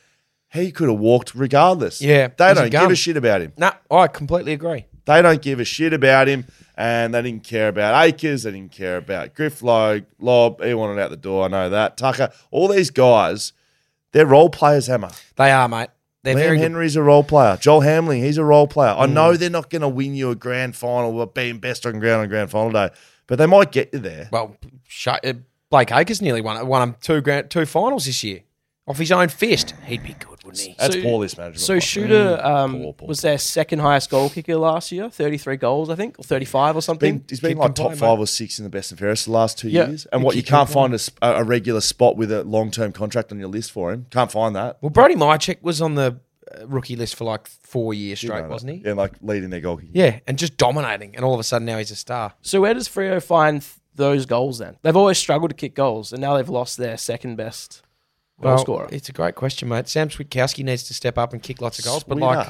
He could have walked regardless.
Yeah,
They
he's a
don't
gun.
give a shit about him.
No, I completely agree.
They don't give a shit about him, and they didn't care about Akers. They didn't care about Grifflow, Lob. He wanted out the door. I know that. Tucker. All these guys, they're role players, Hammer.
They are, mate. They're very
Liam
good.
Henry's a role player. Joel Hamling, he's a role player.
Hmm.
I know they're not going to win you a grand final or being best on ground on grand final day, but they might get you there.
Well, shut, uh, Blake Acres nearly won won him two grand, two finals this year off his own fist. He'd be good, wouldn't he?
That's
So-
poor list management.
So Shooter um,
Poor, poor,
was their second highest goal kicker last year, 33 goals, I think, or 35 or something.
Been, he's been like top five or six in the best and fairest the last two
Yeah.
years. And what you can't find a, sp- a a regular spot with a long term contract on your list for him. Can't find that.
Well, Brody Mychek was on the uh, rookie list for like four years
You know
straight,
that.
wasn't he?
Yeah, like leading their goalkeeper.
Yeah, and just dominating, and all of a sudden now he's a star.
So where does Frio find th- those goals then? They've always struggled to kick goals, and now they've lost their second best goal scorer.
it's a great question, mate. Sam Switkowski needs to step up and kick lots of goals, but
Sweeter.
like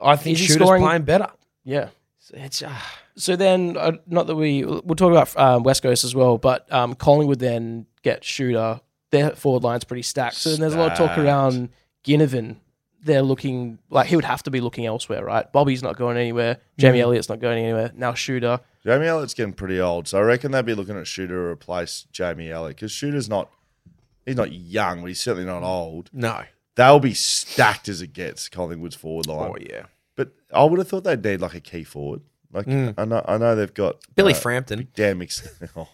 I think
Is he
Shooter's
scoring-
playing better.
yeah.
It's uh,
So then, uh, not that we we'll talk about um, West Coast as well, but um, Collingwood then get Shooter. Their forward line's pretty stacked. So then there's a lot of talk
Stacked.
around Ginnivan they're looking like he would have to be looking elsewhere, right? Bobby's not going anywhere. Jamie Elliott's not going anywhere. Now Shooter.
Jamie Elliott's getting pretty old, so I reckon they'd be looking at Shooter to replace Jamie Elliott because Shooter's not he's not young, but he's certainly not old.
No.
They'll be stacked as it gets Collingwood's forward line.
Oh yeah.
But I would have thought they'd need like a key forward. Like I know, I know they've got
Hmm. Billy
uh,
Frampton.
Dan Mix. oh,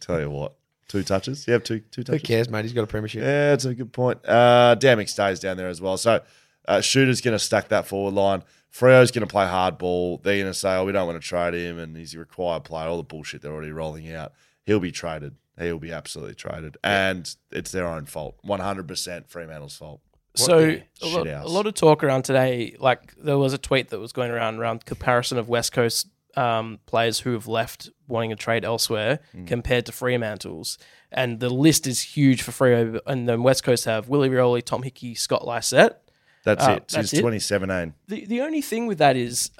tell you what, two touches. You have two two
Who
touches.
cares, mate? He's got a premiership.
Yeah, that's a good point. Uh, Damick stays down there as well. So uh, Shooter's going to stack that forward line. Freo's going to play hard ball. They're going to say, oh, we don't want to trade him and he's a required player. All the bullshit they're already rolling out. He'll be traded. He'll be absolutely traded. And it's their own fault. 100% Fremantle's fault.
so
the
a lot,
shithouse.
a lot of talk around today. Like there was a tweet that was going around around comparison of West Coast um, players who have left wanting to trade elsewhere
Hmm.
compared to Fremantle's, and the list is huge for Freo. And then West Coast have Willie Rioli, Tom Hickey, Scott Lysette.
That's
Uh,
it. Since
that's it.
2017.
the the only thing with that is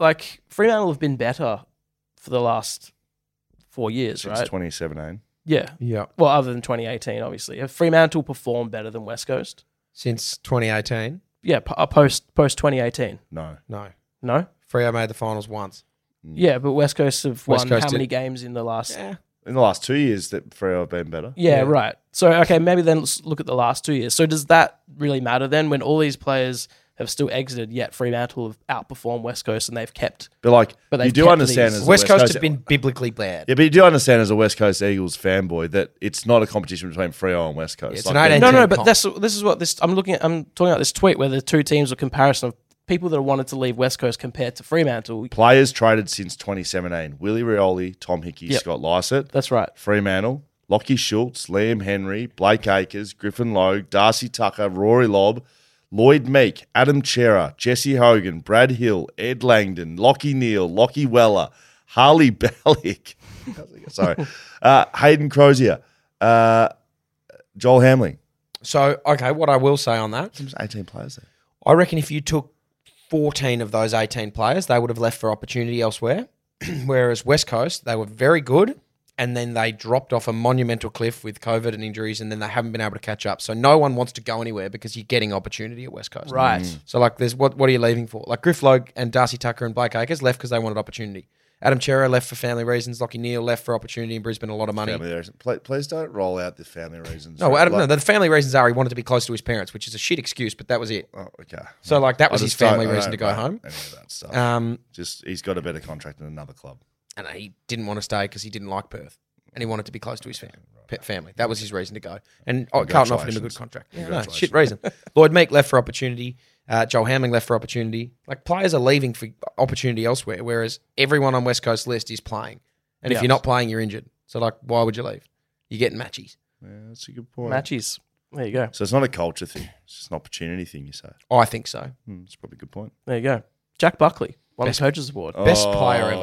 like Fremantle have been better for the last four years,
Since
right?
2017.
yeah.
Yeah.
Well, other than 2018, obviously, have Fremantle performed better than West Coast?
Since 2018,
Yeah, p- uh, post post 2018.
No.
no.
No.
Freo made the finals once.
Yeah, but West Coast have
West
won
Coast
how many
did.
games in the last? Yeah,
In the last two years, that Freo have been better.
right. So okay, maybe then let's look at the last two years. So does that really matter then when all these players have still exited, yet Fremantle have outperformed West Coast and they've kept?
But like,
But
you
they've
do
kept
understand
these.
as a
West, Coast, have
Coast
been biblically bad.
Yeah, but you do understand as a West Coast Eagles fanboy that it's not a competition between Freo and West Coast.
it's
Like,
an 18
they're-
No, no,
team
but
comp.
that's this is what this. I'm looking at. I'm talking about this tweet where the two teams were comparison of people that wanted to leave West Coast compared to Fremantle.
Players traded since 2017 Willie Rioli, Tom Hickey,
Yep.
Scott Lysett,
That's right.
Fremantle, Lockie Schultz, Liam Henry, Blake Akers, Griffin Lowe, Darcy Tucker, Rory Lobb, Lloyd Meek, Adam Chera, Jesse Hogan, Brad Hill, Ed Langdon, Lockie Neal, Lockie Weller, Harley Ballick, sorry, uh, Hayden Crozier, uh, Joel Hamling.
So, okay, what I will say on that,
There's 18 players there.
I reckon if you took 14 of those 18 players, they would have left for opportunity elsewhere. Whereas West Coast, they were very good and then they dropped off a monumental cliff with COVID and injuries and then they haven't been able to catch up. So, no one wants to go anywhere because you're getting opportunity at West Coast.
Right.
Mm.
So, like, there's what, what are you leaving for? Like, Griff Logue and Darcy Tucker and Blake Akers left because they wanted opportunity. Adam Chera left for family reasons. Lockie Neal left for opportunity in Brisbane, a lot of money.
Family reasons. Pla- Please don't roll out the family reasons.
No, Adam, no,
Like-
the family reasons are he wanted to be close to his parents, which is a shit excuse, but that was it.
oh, okay.
So, like, that was
I
his
just don't-
family
I
reason to go
don't
home.
rate Any of that stuff.
Um,
Just he's got a better contract in another club.
and he didn't want to stay because he didn't like Perth and he wanted to be close to his fam- pet family. That was his reason to go. And oh, Carlton offered him a
Congratulations.
good contract. Yeah, no, shit reason. Lloyd Meek left for opportunity. Uh, Joel Hamling left for opportunity. Like players are leaving for opportunity elsewhere, whereas everyone on West Coast list is playing. And
Yeah.
if you're not playing, you're injured. So like, why would you leave? You're getting matches.
Yeah, that's a good point.
Matches. There you go.
So it's not a culture thing. It's just an opportunity thing. You say.
I think so.
Hmm, it's probably a good point.
There you go. Jack Buckley won
Best-
the coaches award.
Best
Oh.
player ever.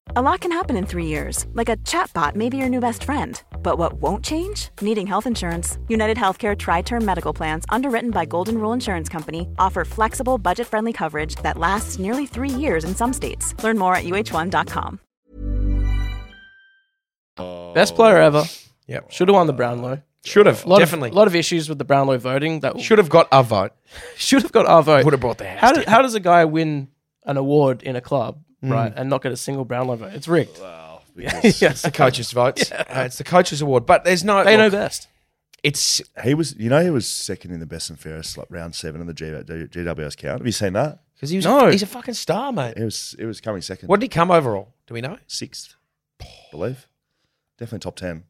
A lot can happen in three years, like a chatbot may be your new best friend. But what won't change? Needing health insurance. United Healthcare Tri Term Medical Plans, underwritten by Golden Rule Insurance Company, offer flexible, budget friendly coverage that lasts nearly three years in some states. Learn more at uh1.com.
Oh.
Best player ever.
Yep.
Should have won the Brownlow.
Should have.
A lot
Definitely.
Of, lot of issues with the Brownlow voting. That should,
Should have got a vote.
have got our vote.
Would have brought the house. Mm.
How, do, how does a guy win an award in a club, right, and not get a single Brownlow vote? It's rigged.
Wow. Because
yes.
the coaches' votes. Uh, it's the coaches' award, but there's no.
They know
look,
best.
It's
He was, you know, he was second in the best and fairest like, round seven of the G- GWS count. Have you seen that?
because he was.
No.
he's a fucking star, mate.
It was, it was coming second.
What did he come overall? Do we know?
Sixth, I believe. Definitely top ten.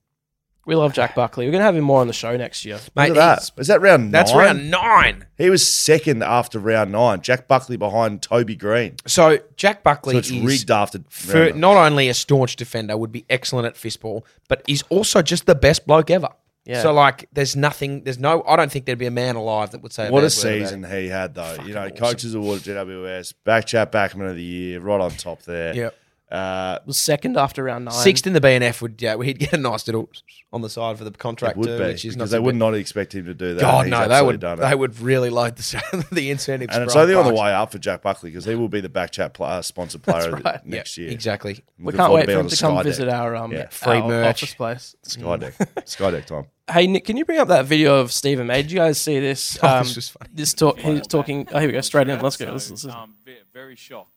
We love Jack Buckley. We're gonna have him more on the show next year.
Mate,
Look at
he's-
that. Is that round nine?
That's round nine.
He was second after round nine. Jack Buckley behind Toby Green.
So Jack Buckley
So it's
is
rigged after. round
for
nine.
not only a staunch defender, would be excellent at fistball, but he's also just the best bloke ever.
Yeah.
So like, there's nothing. There's no. I don't think there'd be a man alive that would say.
What
bad
a
word about
season
it.
he had, though. you know, Coaches Award at GWS, back chat Backman of the Year, right on top there.
Yep.
Uh,
was second after round nine.
Sixth in the BNF would yeah, he'd get a nice little on the side for the contract
it would
too,
be
which is
because
not
they would not expect him to do that.
God
He's
no, they
absolutely
would
done it.
they would really load the the incentives.
and it's
for
only on the
Bucks.
way up for Jack Buckley because he will be the back chat pl- uh, sponsored player of the-
right.
Yeah,
next year.
Exactly.
I'm
we
looking
can't
forward
wait for
being
him
on
to
the
come
Sky
visit
deck.
our um
Yeah.
Free
our
merch.
office place.
Sky deck. Sky deck time.
Hey Nick, can you bring up that video of Stephen May? Did you guys see this? Um,
Oh, this was funny.
This talk, he's talking. Oh, here we go. Straight in. Let's go.
So,
Let's, let's, let's-
um, ve- very shocked.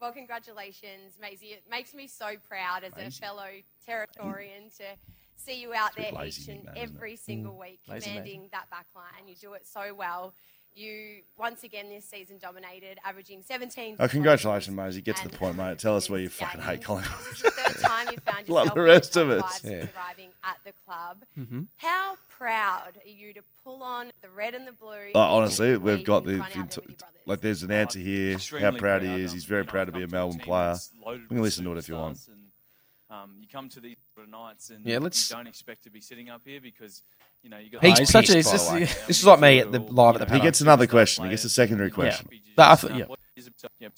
Well, congratulations, Maisie. It makes me so proud as a fellow Territorian to see you out there
lazy
each and
nickname, isn't it? Mm.
every single week
Lazy mate.
commanding that back line, and you do it so well. You once again this season dominated, averaging 17.
Oh, congratulations,
disposals
Maisie. Get to
and
the point, mate. Tell us where you
outstanding.
fucking hate Collingwood.
This is the third time you found yourself
Like the
in the
rest
top
of us.
five since arriving at the club. How proud are you to pull on the red and the blue?
Like, Uh, honestly, we've got the,
Run out there with your
the-
brothers.
like. There's an answer here. How
Extremely
proud he is.
um,
He's very
you know,
proud to
come
be a
a
Melbourne
team
player.
that's loaded
You can
with
listen to it if you want.
superstars and, um, you come to these sort of nights and
Yeah, let's-
you don't expect to be sitting up here because you know you got
He's
Oh, he's
such
such
a,
a-
this,
he's just-
this
yeah.
is like me at the live at the
He
paddock.
gets another question. He gets a secondary question.
That- I thought- yeah.
yeah.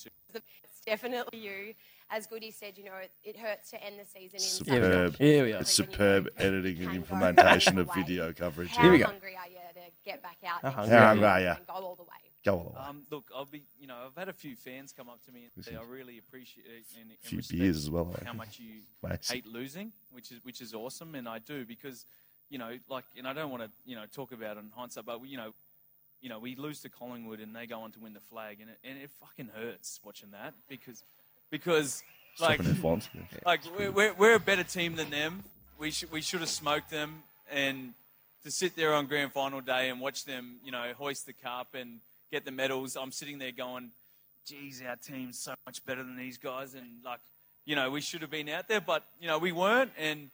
It's definitely you. As Goody said, you know, it, it hurts to end the season in such
Here we go.
Superb.
Here we are.
It's superb editing and implementation of video coverage.
How
Here we go.
hungry are you to get back out?
How
next season
hungry are you?
And go all the way.
Go all the way.
Um, look, I'll be. You know, I've had a few fans come up to me and say I really appreciate and, and
Few
respect
beers as well, I
How
reckon.
much you
Nice.
hate losing, which is which is awesome, and I do because you know, like, and I don't want to you know talk about it in hindsight, but you know, you know, we lose to Collingwood and they go on to win the flag, and it, and it fucking hurts watching that because because like
Stopping at once.
like we're, we're, we're a better team than them. We should we should have smoked them, and to sit there on grand final day and watch them, you know, hoist the cup and get the medals. I'm sitting there going, "Geez, our team's so much better than these guys," and like, you know, we should have been out there, but you know, we weren't. And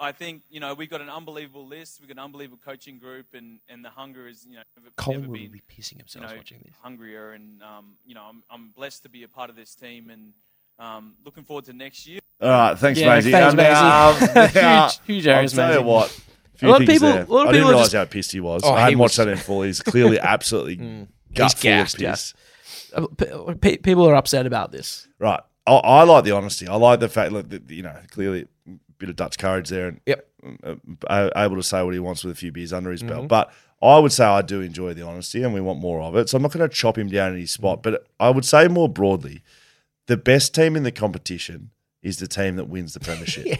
I think you know we got an unbelievable list. We got an unbelievable coaching group, and and the hunger is you know never, never
Collingwood
been
would be pissing
you
themselves
know,
watching this.
hungrier. And um, you know, I'm, I'm blessed to be a part of this team, and um, looking forward to next year.
All right. Thanks,
Yeah,
Maisie.
thanks,
And now-
Maisie.
now-
Huge- huge areas,
I'll tell you
Maisie.
what.
A
few
lot of
things
people-
there.
a lot of
I didn't
people are
realize
just-
how pissed he was.
Oh,
I hadn't
he
watched
was-
that in full. He's clearly
Mm.
absolutely gut full of
gassed,
pissed.
yeah.
Uh, pe- pe- People are upset about this.
Right. I, I like the honesty. I like the fact that, that, you know, clearly a bit of Dutch courage there and
Yep. Mm-hmm.
uh, uh, able to say what he wants with a few beers under his belt. But I would say I do enjoy the honesty and we want more of it. So I'm not going to chop him down in his spot. But I would say more broadly, the best team in the competition is the team that wins the premiership.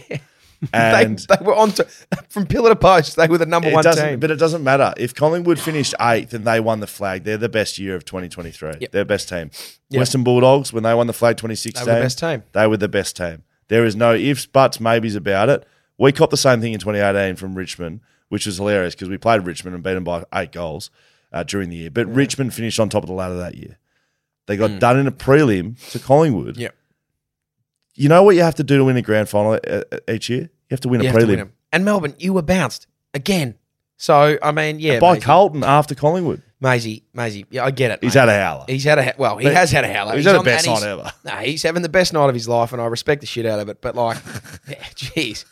And
they, they were on to, from pillar to post. They were the number
it
one
doesn't,
team.
but it doesn't matter. If Collingwood finished eighth and they won the flag, they're the best year of 2023. They're best team. Western Bulldogs, when they won the flag 2016,
They were the best team.
They were the best team. There is no ifs, buts, maybes about it. We caught the same thing in 2018 from Richmond, which was hilarious because we played Richmond and beat them by eight goals uh, during the year. But Richmond finished on top of the ladder that year. They got done in a prelim to Collingwood.
Hmm. Yep.
You know what you have to do to win a grand final uh, uh, each year? You have to win
You
a
have to
prelim.
win 'em. And Melbourne, you were bounced again. So I mean, yeah,
By
Maisie,
Carlton after Collingwood.
Maisie, Maisie, yeah, I get it.
He's
mate.
had a howler.
He's had a he- well. He
But-
has had a howler.
he's had the
on- and
best
he's-
night ever.
Nah, he's having the best night of his life, and I respect the shit out of it. But like, yeah, jeez,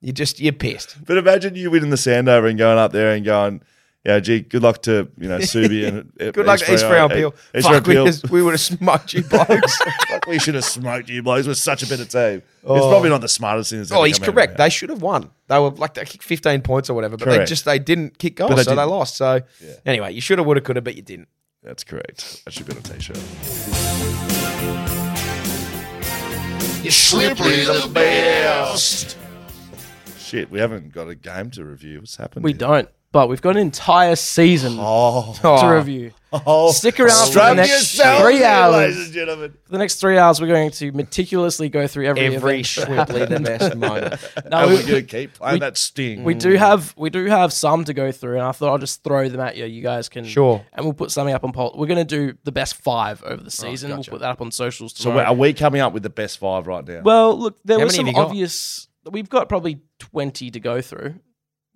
you just you're pissed.
But imagine you winning the Sandover and going up there and going, yeah, gee, good luck to you know Subi and
Good luck to East Freon Peel. Fuck, we, just, we would have smoked you blokes.
Fuck, we should have smoked you blokes. We're such a better team. It's
Oh.
probably not the smartest thing. that's
oh,
ever
he's
come out of
correct.
my
They should have won. They were like they kicked 15 points or whatever, but
Correct.
they just they didn't kick goals,
But they
so they
didn't.
lost. So anyway, you should have, would have, could have, but you didn't.
mouth. That's correct. That should be on a t-shirt.
You slippery little bears.
Shit, we haven't got a game to review. What's happened?
We
here?
don't, but we've got an entire season
Oh,
to
Oh.
review.
oh.
Stick around for the
Strap
next
yourself
three
in,
hours.
ladies and gentlemen.
For the next three hours, we're going to meticulously go through every
Every
event.
Schwipley the best moment.
No,
And
we,
we're gonna keep playing
we-
that sting.
we do have we do have some to go through, and I thought I'll just throw them at you. You guys can
Sure. Oh,
and we'll put something up on poll. We're going to do the best five over the season. We'll put that up on socials.
so
Tomorrow.
we- are we coming up with the best five right now?
Well, look, there
How
were
many have
some
you got?
obvious. We've got probably twenty to go through.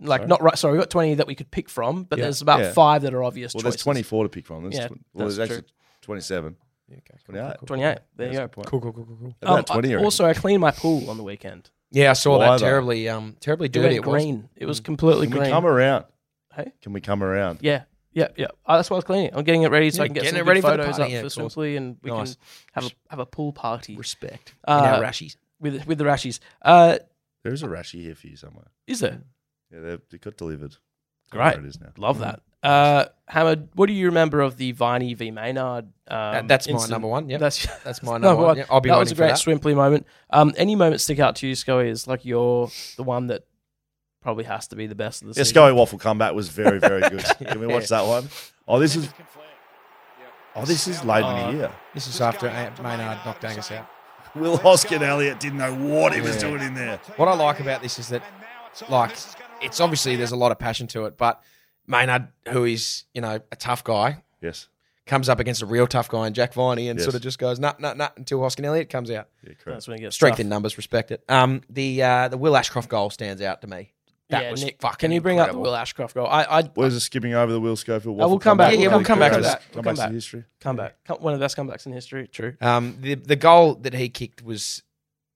Like not right. Sorry, we've got twenty that we could pick from, but there's about
Yeah.
five that are obvious.
Well,
choices.
there's 24 to pick from. There's
Yeah,
tw- well,
that's
there's actually 27.
Okay, cool,
28.
cool, cool.
28. There you go.
Cool, cool, cool, cool, cool.
About
Um, I-
20 or
also, I cleaned my pool on the weekend.
Yeah, I saw
Why
that
though?
terribly, um, terribly
It
dirty.
went
It was.
green. It was completely
Can we
green.
come around?
Hey?
Can we come around?
Yeah, yeah, yeah. Oh, that's why I was cleaning. it. I'm getting it ready so
Yeah,
I can get
getting
some
it
good
ready for the
photos
party.
up
Yeah,
for
cool.
Simply, and we
Nice.
can have a have a pool party
Respect.
Uh,
in our rashies.
with with the rashies. Uh,
There is a rashy here for you somewhere.
is there?
Yeah, they- they got delivered. I don't know
Great.
where It is now.
Love that. Uh,
Mm-hmm.
Hamid, what do you remember of the Viney v Maynard? Um,
That- uh, that's my
incident?
number one. Yeah, that's,
That's
my number one. Yeah, I'll be
that
waiting
was a
for
great
that.
Swimply moment. Um, any moment stick out to you, Scoey, is like you're the one that probably has to be the best of the
Yeah,
season.
Scully Waffle comeback was very, very good. Can we watch that one? Oh, this is. Oh, this is late
Uh,
in the year.
This is after A- Maynard knocked Angus out.
Will Hoskin Elliott didn't know what he was doing in there.
What I like about this is that, like, it's obviously there's a lot of passion to it, but Maynard, who is you know a tough guy,
Yes.
comes up against a real tough guy in Jack Viney and
Yes.
sort of just goes nut nut nut until Hoskin Elliott comes out.
Yeah, correct.
That's when it gets
Strength
tough.
in numbers, respect it. Um, the uh, the Will Ashcroft goal stands out to me. That
yeah,
was
Nick,
fucking.
can you bring
incredible.
up the Will Ashcroft goal? I, I
Where's it skipping over the Will Schofield?
Uh, we'll
Waffle
come back.
Yeah, yeah, we'll come back to
Comebacks-
that.
We'll come
comebacks to
back.
history.
come back. Come, one of the best comebacks in history. True.
Um, the the goal that he kicked was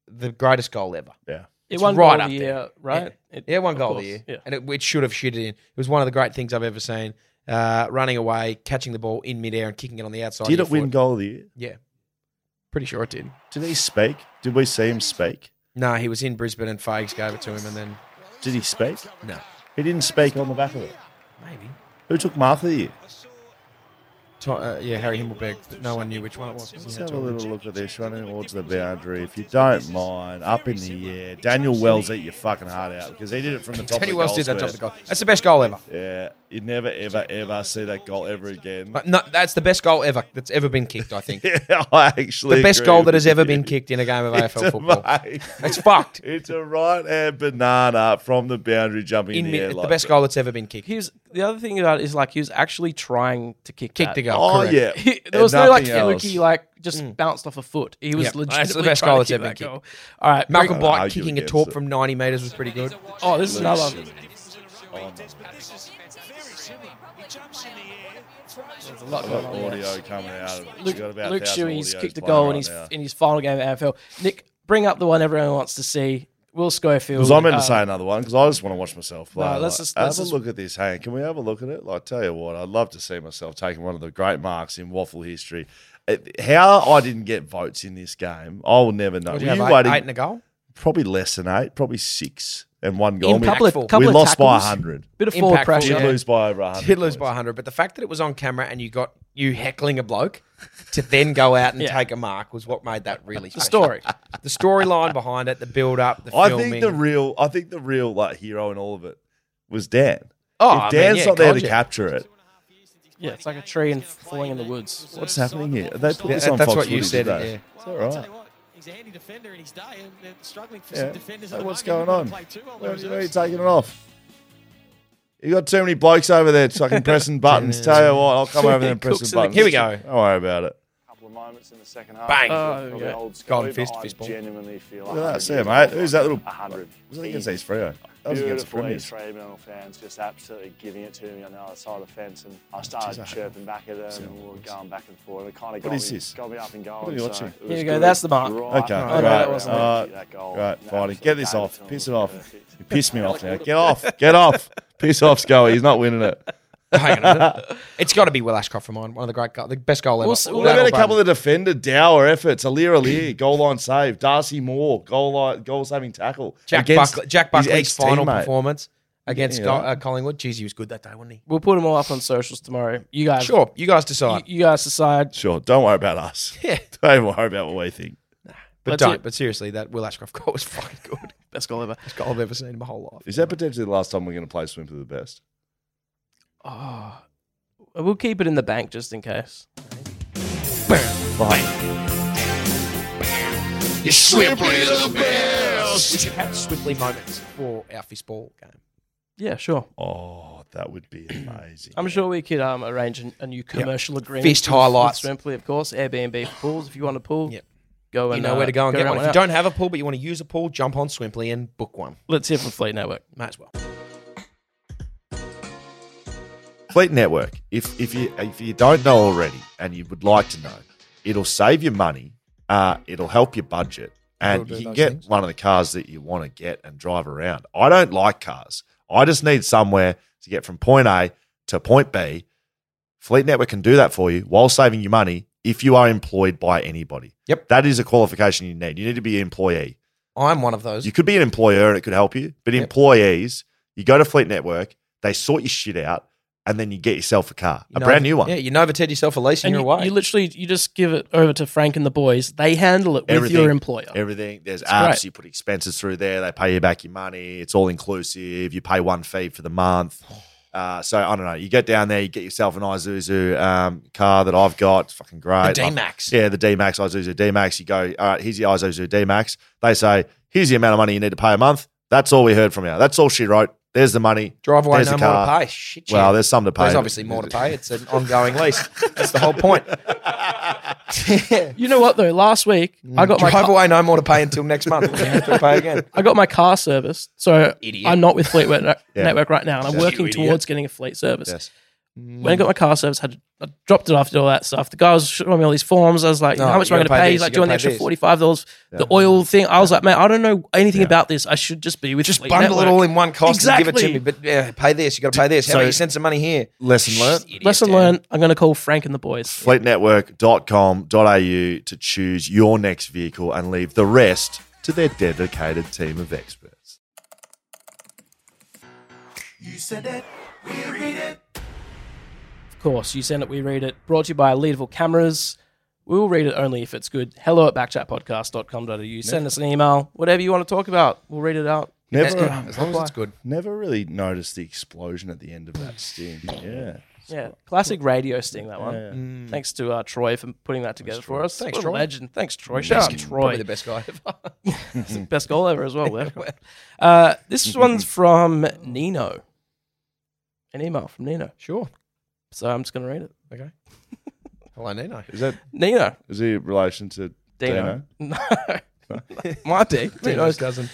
the greatest goal ever.
Yeah.
It
It's
won
right
goal
up
of the
there.
year, right?
Yeah,
It-
yeah one
of
goal
course,
of the year,
Yeah.
and it, it should have shitted in. It was one of the great things I've ever seen. Uh, running away, catching the ball in midair, and kicking it on the outside.
Did
of
it
your
win
foot.
goal of the year?
Yeah, pretty sure it did.
Did he speak? Did we see him speak?
No, he was in Brisbane, and Fags gave it to him, and then
Did he speak?
no,
He didn't speak on the back of it.
maybe.
Who took Martha here?
To- uh, yeah, Harry Himmelberg. but No one knew which one it was.
Let's have a little look at this, running towards the boundary. If you don't mind, up in the air. Daniel Wells eat your fucking heart out because he did it from the top.
Teddy
of the
Wells
goal
did that
square.
top of the goal. That's the best goal ever.
Yeah, you never ever ever see that goal ever again.
But no, that's the best goal ever that's ever been kicked. I think
yeah, I actually
the best
agree
goal
with
that has
you.
ever been kicked in a game of
It's
AFL football.
amazing.
It's fucked.
It's a right hand banana from the boundary jumping in,
In
the air.
mid, the
like
best
that.
goal that's ever been kicked.
He was, the other thing about it is like he was actually trying to kick
Kicked
that.
the goal.
Oh
correct.
yeah,
He- there
and
was no like
nothing else.
fluky, like just bounced off a foot. He was
Yep.
legitimately
That's the best
trying to
goal that's ever
kick that
been
goal. All right,
Malcolm
Can't
Blight
argue
kicking a
against
tork
it.
from 90 metres was pretty good.
Oh, this is another one. There's a lot going on.
Audio coming out. of it. We've got
Luke,
about
Luke
1,000
Shuey's
audios
kicked a
playing
goal
right
in his
now.
in his final game at AFL. Nick, bring up the one everyone wants to see. Will Schofield.
Because I meant
uh,
to say another one because I just want to watch myself play.
No, let's
Like,
just- let's
have
just-
a look at this. Hey, can we have a look at it? Like, tell you what, I'd love to see myself taking one of the great marks in waffle history. It- How I didn't get votes in this game, I will never know.
What
Were
do you
you
have, eight-
waiting?
eight and a goal?
Probably less than eight, probably six and one goal.
In
I mean,
couple of-
Impactful.
couple
we
of
lost by
tackles.
hundred.
Bit of forward
Impactful,
pressure.
Did
yeah.
lose by over hundred.
Did lose by 100, but the fact that it was on camera and you got you heckling a bloke to then go out and
Yeah.
take a mark was what made that really
The
special.
story.
the storyline behind it, the build up, the
I
filming.
think the real, I think the real like hero in all of it was Dan.
oh, I mean,
if Dan's
yeah,
not there to
Kodja.
capture it,
Yeah, it's like a tree and falling in the woods.
what's happening here? They put
Yeah,
this on
that's
Fox
what you
footage,
said,
didn't they?
yeah.
It's all right.
He's a handy defender in his day, and they're struggling for
Yeah.
some defenders.
Hey,
at the
what's
moment.
going on?
He might play two on the
Where where are you
reserves.
taking it off? You got too many blokes over there fucking pressing buttons. Tell you what, I'll come over there and press
Cooks
some
in the
buttons.
Here we go.
Don't worry about it.
couple of moments in the second half.
Bang.
Oh,
Probably
yeah.
old
Golden
school,
fist,
but I
fist ball.
genuinely feel
Look at
100
that, see
years
it, mate.
old.
Who's that little?
100.
Was that against East Freo? That was against the
Beautiful East
Premiers.
Fremantle fans just absolutely giving it to me on the other side of the fence, and I started
Jeez, I
chirping back at them,
Sound
and we were
boards.
going back and forth. It kind of
What
got
is
me,
this?
got me up and going.
What are you
so
watching?
it was
Here you go,
good.
that's the mark.
Right,
Okay,
right,
no, that
right, uh,
wasn't
right,
that goal.
right,
An
fighting.
absolute
Get this
game
off.
to
Piss it
him.
off.
Perfect.
You piss me off now. Get off. Get off. Piss off, Scully. He's not winning it.
Hang on a minute. It's got to be Will Ashcroft for mine. One of the great, go- the best goal ever.
We'll see- we'll
What
That
about
or
a couple
Bowden.
of defender dower efforts? Alir Alir, goal line save. Darcy Moore, goal line, goal saving tackle.
Jack,
against
Buckley, Jack
his
Buckley's final
ex-teammate.
performance against
Yeah.
Go- uh, Collingwood. Jeez, he was good that day, wasn't he?
We'll put them all up on socials tomorrow. You guys,
Sure, you guys
You,
decide,
you guys decide.
Sure, don't worry about us.
Yeah.
Don't even worry about what we think.
but
That's
don't.
it.
But seriously, that Will Ashcroft goal was fucking good.
Best goal ever.
Best goal I've ever seen in my whole life.
Is that potentially the last time we're going to play Swim for the Best?
Oh, we'll keep it in the bank just in case.
You swiftly the best. We should have swiftly moments for our fistball game.
Yeah, sure.
Oh, that would be amazing.
I'm sure we could um, arrange an, a new commercial agreement.
Fist
with- with
highlights.
Swimply, of course. Airbnb for pools. If you want a pool,
Yep.
go and
you know
uh,
where to go and get
rent
one. If you
out.
don't have a pool but you want to use a pool, jump on Swimply and book one.
let's hear from Fleet Network.
Might as well.
Fleet Network. If if you if you don't know already and you would like to know, it'll save you money. Uh, it'll help your budget, and
We'll do
you can
those
get
things.
one of the cars that you want to get and drive around. I don't like cars. I just need somewhere to get from point A to point B. Fleet Network can do that for you while saving you money if you are employed by anybody.
Yep.
That is a qualification you need. You need to be an employee.
I'm one of those.
You could be an employer and it could help you, but
Yep.
employees, you go to Fleet Network, they sort your shit out, and then you get yourself a car,
You
a
know-
brand new one.
Yeah, you Novated yourself a lease and,
And
you're
you,
away.
you literally you just give it over to Frank and the boys. They handle it with
Everything.
your employer.
Everything. There's apps.
great.
You put expenses through there. They pay you back your money. It's all inclusive. You pay one fee for the month. Uh, so I don't know. You get down there. You get yourself an Isuzu um, car that I've got. It's fucking great.
the D Max.
Yeah, the D Max Isuzu D Max. You go. All right. Here's your Isuzu D Max. They say here's the amount of money you need to pay a month. That's all we heard from you. That's all she wrote. There's the money.
Drive away,
There's
no
the
more
car.
to pay. Shit,
Well,
yeah.
there's some to pay.
There's
but-
obviously more to pay. It's an ongoing lease. That's the whole point.
You know what though? Last week I got my
Drive
car,
away, no more to pay until next month. You have to pay again.
I got my car serviced, so
Idiot.
I'm not with Fleet Network
Yeah.
Network right now, and I'm
Yes.
working
You idiot.
towards getting a fleet service.
Yes.
When I got my car service, had I dropped it after all that stuff. The guy was showing me all these forms. I was like,
No,
"How much
Oh, you
am I going
gotta
to
pay
pay?"
this,
He's like,
you
"Do you want the
gotta pay
extra
this."
forty-five dollars?" The oil thing. I was like, "Man, I don't know anything about this. I should just be with
Just
Fleet
bundle it
Network."
all in one cost and give it
Exactly.
to me. But yeah, pay this. You got to pay this. How
So-
about you send some money here?
Lesson learned.
Lesson
Idiot, Dan.
learned. I'm going to call Frank and the boys.
fleetnetwork.com.au to choose your next vehicle and leave the rest to their dedicated team of experts.
Of course, you send it, we read it. Brought to you by Leadable Cameras. We will read it only if it's good. Hello at backchatpodcast.com.au. Send us an email. Whatever you want to talk about, we'll read it out.
Never,
Yeah, As long as it's good.
never really noticed the explosion at the end of that sting. Yeah.
Yeah, classic radio sting that one.
Yeah.
Mm.
Thanks to uh, Troy for putting that together for us.
Thanks,
What a
Troy.
Legend. Thanks, Troy. Shout out Troy.
Probably the best guy ever.
Best goal ever as well. there. uh, this one's from Nino. An email from Nino.
Sure.
So I'm just going to read it.
Okay. Hello, Nino.
Is that
Nino.
is he in relation to
Dino.
Dino?
No. Might be. Who knows?
Nino's cousin.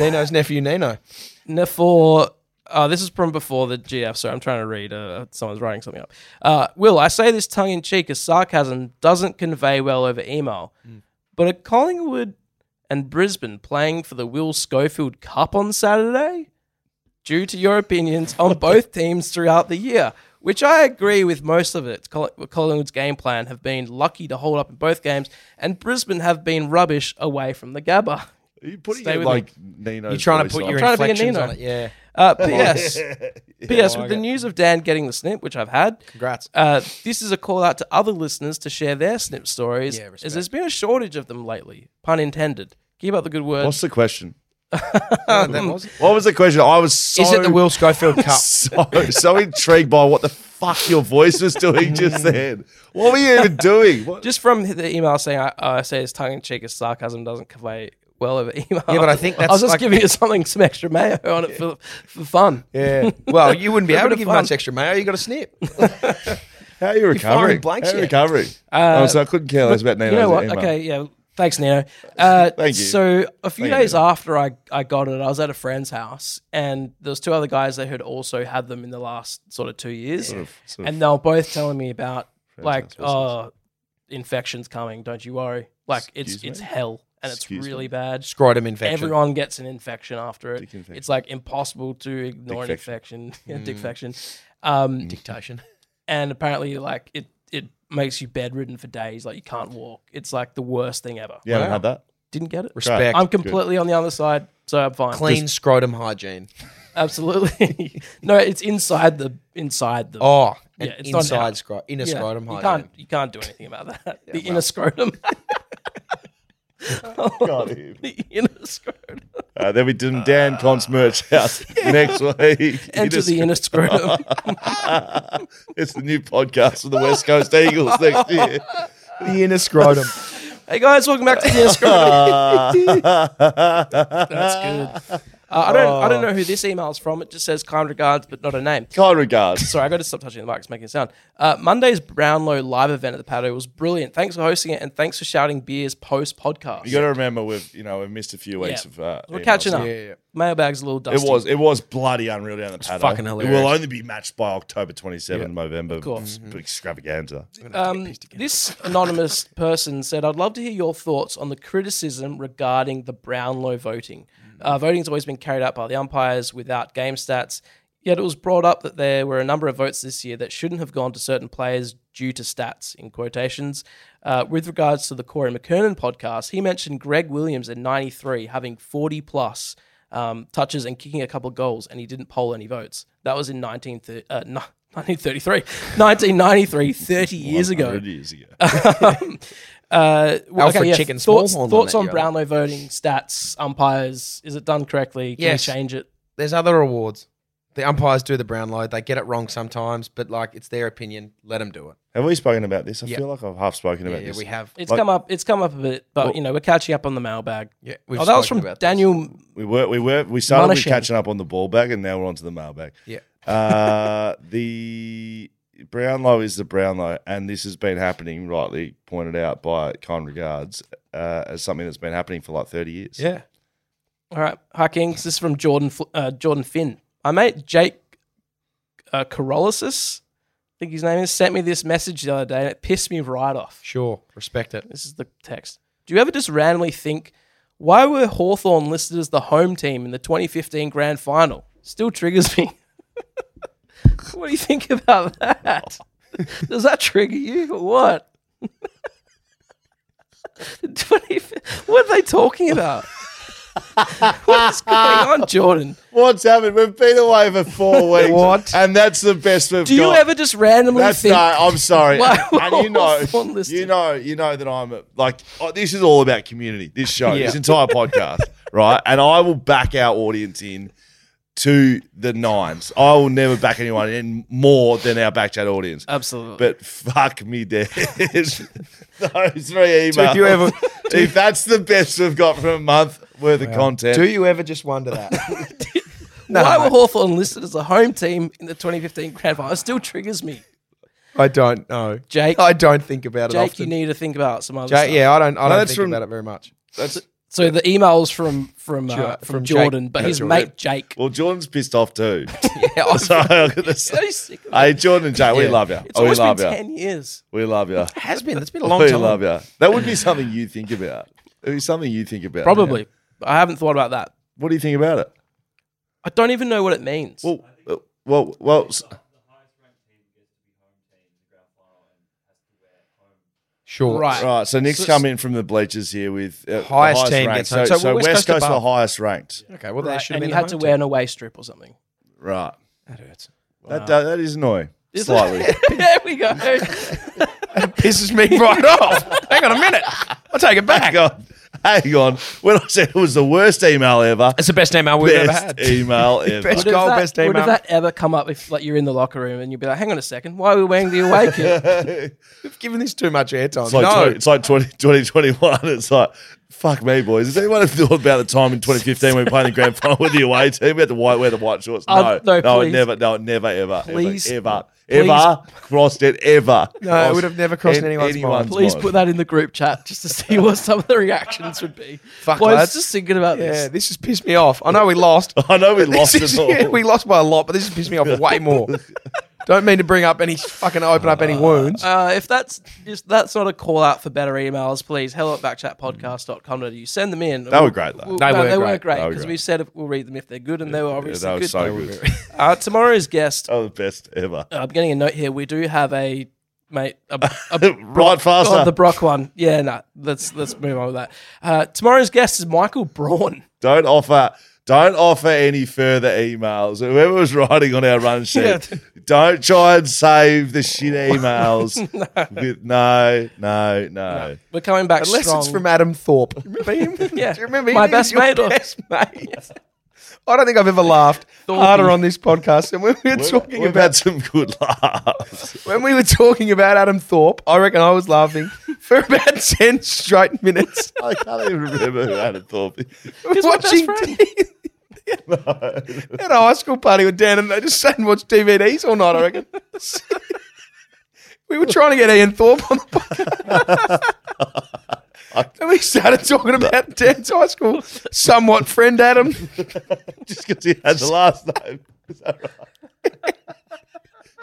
Nino's nephew, Nino.
Now for uh, this is from before the GF, so I'm trying to read. Uh, someone's writing something up. Uh, Will I say this tongue in cheek as sarcasm doesn't convey well over email, but are Collingwood and Brisbane playing for the Will Schofield Cup on Saturday? Due to your opinions on both teams throughout the year, which I agree with most of it. Coll- Collingwood's game plan have been lucky to hold up in both games, and Brisbane have been rubbish away from the Gabba.
Are you putting
Stay
it
with
like Nino's
You're trying to
voice
put
on?
your
trying to be a
inflections
Nino.
on it. Yeah.
Uh, P.S. P.S.
I
With the
get-
news of Dan getting the snip, which I've had,
Congrats.
uh, this is a call out to other listeners to share their snip stories,
Yeah,
as there's been a shortage of them lately. Pun intended. Keep up the good work.
What's the question?
Uh,
that
mm.
was it.
What was the question? I was so
Is it the Will Schofield Cup?
so, so intrigued by what the fuck your voice was doing just then. What were you even doing? What?
Just from the email saying, I, I say it's tongue in cheek as sarcasm doesn't convey well over email.
Yeah, but I think
I was
that's
just
like-
giving you something, some extra mayo on it for, for fun.
Yeah. Well, you wouldn't be able
bit
to
of
give
fun.
much extra mayo. You got a snip.
How are you recovering?
blanks
How are you
here.
recovering? oh, so I couldn't care less about Nino's
Uh, You know what?
email.
Okay, yeah. Thanks, Nino. Uh,
Thank you.
So a few
Thank you,
days
Nino.
after I, I got it, I was at a friend's house, and there was two other guys that had also had them in the last sort of two years,
sort
and they were both telling me about
house
like, oh,
business.
infections coming. Don't you worry. Like it's
Excuse me?
it's hell, and it's
Excuse
really
me?
bad.
Scrotum infection.
Everyone gets an infection after it.
Dick infection. Mm.
It's like impossible to ignore an infection, yeah, dictation. Um,
Dictation.
and apparently like it it makes you bedridden for days like you can't walk it's like the worst thing ever
You haven't
Wow.
had that?
didn't get it
Respect.
i'm completely on the other side so i'm fine
Clean scrotum hygiene.
absolutely no it's inside the inside the
Oh, an
Yeah, it's not
inside
out.
scrotum, inner
Yeah,
scrotum
you
hygiene.
can't you can't do anything about that the inner scrotum Oh, the inner scrotum
Uh, then we did Dan Cons merch house next week.
Uh, enter the inner scrotum
it's the new podcast for the West Coast Eagles next year.
The inner scrotum.
hey guys welcome back to the inner scrotum that's good uh, i don't i don't know who this email is from it just says kind regards but not a name
Kind regards.
Sorry, I got to stop touching the mic. It's making a sound. Uh, Monday's Brownlow live event at the Paddo was brilliant. Thanks for hosting it, and thanks for shouting beers post podcast.
You got to remember we've you know we missed a few weeks
Yeah.
of uh,
We're
emails.
catching up.
yeah, yeah.
mailbag's a little
It
dusty.
was it was bloody unreal down the paddock.
fucking
It will
hilarious.
only be matched by October 27, November. Of
course.
Extravaganza.
Um, this anonymous person said, I'd love to hear your thoughts on the criticism regarding the Brownlow voting. Uh, voting has always been carried out by the umpires without game stats, yet it was brought up that there were a number of votes this year that shouldn't have gone to certain players due to stats, in quotations. Uh, with regards to the Corey McKernan podcast, he mentioned Greg Williams in 93 having 40 plus. Um, touches and kicking a couple goals, and he didn't poll any votes. That was in 19, thir- uh, no- 1933, 1993, 30 years ago. Um,
100 Years ago.
Uh, well,
Alfred Chicken
thoughts,
Smallhorn on
thoughts
that
on
guy.
Brownlow voting stats, umpires. Is it done correctly? Can
Yes.
we change it?
There's other awards. The umpires do the brown load. They get it wrong sometimes, but like it's their opinion. Let them do it.
Have we spoken about this? I
Yeah.
feel like I've half spoken
Yeah,
about
yeah,
this.
we have.
It's
Like-
come up. It's come up a bit, but
Well-
you know we're catching up on the mailbag.
Yeah,
Oh, that was from Daniel.
We were we were we started with
Munishing.
catching up on the ball bag and now we're on to the mailbag.
Yeah.
Uh the Brownlow is the Brownlow, and this has been happening, rightly pointed out by kind regards, uh, as something that's been happening for like 30 years.
Yeah,
All right, hi Kings. This is from Jordan. Fl- Uh, Jordan Finn. My mate Jake uh, Karolysis, I think his name is, sent me this message the other day, and it pissed me right off.
sure. Respect it.
This is the text. Do you ever just randomly think, why were Hawthorn listed as the home team in the 2015 grand final? Still triggers me. what do you think about that? Does that trigger you or what? 20, what are they talking about? What's going on, Jordan?
What's happened? We've been away for four weeks.
What?
And that's the best we've
Do you
got.
ever just randomly
That's
think?
no. I'm sorry.
Why-
and you know,
what's on list?
you know, you know that I'm a- like oh, this is all about community. This show,
Yeah.
this entire podcast, right? And I will back our audience in to the nines. I will never back anyone in more than our backchat audience.
Absolutely.
But fuck me, dead. Those three emails.
if you ever-
if that's the best we've got from a month worth of content,
Do you ever just wonder that?
why were Hawthorn listed as the home team in the 2015 grand final? It still triggers me.
I don't know,
Jake-
I don't think about it
Jake,
often.
you need to think about some other stuff.
Jake, yeah, I don't. I don't
that's
think
from-
about it very much.
that's
So the emails from from uh,
Ju-
from,
from Jake-
Jordan, but
Yeah,
his
Jordan.
mate Jake.
well, Jordan's pissed off too.
Yeah, I-
so I've got to say-
So sick of it.
Hey, Jordan and Jay, we
Yeah.
love you.
It's
we
always been
love you.
ten years.
We love you.
has been. It's been a long
we
time.
love you. That would be something you think about. It would be something you think about.
Probably.
Yeah.
I haven't thought about that.
What do you think about it?
I don't even know what it means.
Well, uh, well, well. s-
Sure.
Right.
Right. So Nick's
So-
come in from the bleachers here with uh, the
Highest team
ranked.
gets
So,
home.
so, West, Coast, are
above.
highest ranked.
Okay. Well, they
Right,
should
and
have been
you
the
had to
home
wear an away strip or something.
Right.
team. That hurts.
That, that, that is annoying.
Is it?
Slightly.
there we go.
Pisses me right off. Hang on a minute. I'll take it back.
Hang on. Hang on. When I said it was the worst email ever,
It's the best email we've ever
best
had.
email ever.
Best
Would
goal,
that,
best
would
email.
that ever come up if like you're in the locker room and you'd be like, "Hang on a second, why are we wearing the away kit?"
We've given this too much airtime.
It's like,
no.
20, it's like 20, 2021. It's like, fuck me, boys. Has anyone ever thought about the time in 2015 when we played in the grand final with the away team? We had to white, wear the white shorts. No,
Uh, no,
no,
please.
never, no, never, ever,
Please.
ever, ever,
Please.
ever crossed it, ever.
No, it would have never crossed anyone's mind.
Please put that in the group chat just to see what some of the reactions would be.
Fuck,
Boys,
lads.
just thinking about
Yeah,
this.
this has pissed me off. I know we lost.
I know we lost
This is-
it all.
yeah, we lost by a lot, but this has pissed me off way more. Don't mean to bring up any fucking open up any wounds.
Uh, if that's if that's not a call out for better emails, please hello at backchatpodcast.com.au. Send them in.
That were great, though.
they,
They
were
were
they were
great.
great
They were
because
great.
we said we'll read them if they're good, and they were obviously
that was
good.
so good.
Uh, tomorrow's guest,
That was Oh, the best ever.
I'm getting a note here. We do have a mate. A, a
Ride faster.
Oh, the Brock one. Yeah, no. let's let's move on with that. Uh, tomorrow's guest is Michael Braun.
Don't offer. Don't offer any further emails. Whoever was writing on our run sheet,
Yeah.
don't try and save the shit emails. with, no, no, no.
We're coming back
Unless
strong.
it's from Adam Thorpe. Remember him?
Yeah.
Do you remember him?
My
He
best
was your
mate or-
best mate. I don't think I've ever laughed harder on this podcast than when we were talking
We've
about
had some good laughs.
when we were talking about Adam Thorpe. I reckon I was laughing for about ten straight minutes.
I can't even remember who Adam Thorpe. is.
He's my best
watching
friend.
at a high school party with Dan, and they just sat and watched DVDs all night. I reckon. we were trying to get Ian Thorpe on the podcast. And we started talking about Dan's high school somewhat friend Adam.
Just because he had the last name. Is that right?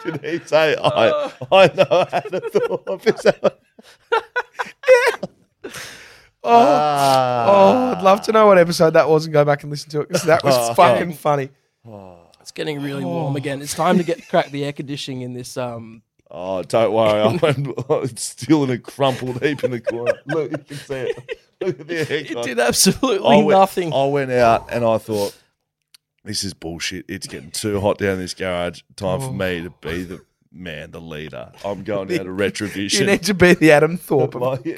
Did he say, I, I know Adam Thorpe? Is that right? Ah.
Oh, I'd love to know what episode that was and go back and listen to it because that was fucking funny.
It's getting really warm again. It's time to get crack the air conditioning in this. Um,
Oh, don't worry. I'm, I'm still in a crumpled heap in the corner. Look, you can see it. Look at the hair.
it did absolutely
Oh,
nothing.
I went out and I thought, this is bullshit. It's getting too hot down in this garage. Time for me to be the man, the leader. I'm going out to
You
retribution.
need to be the Adam Thorpe. of-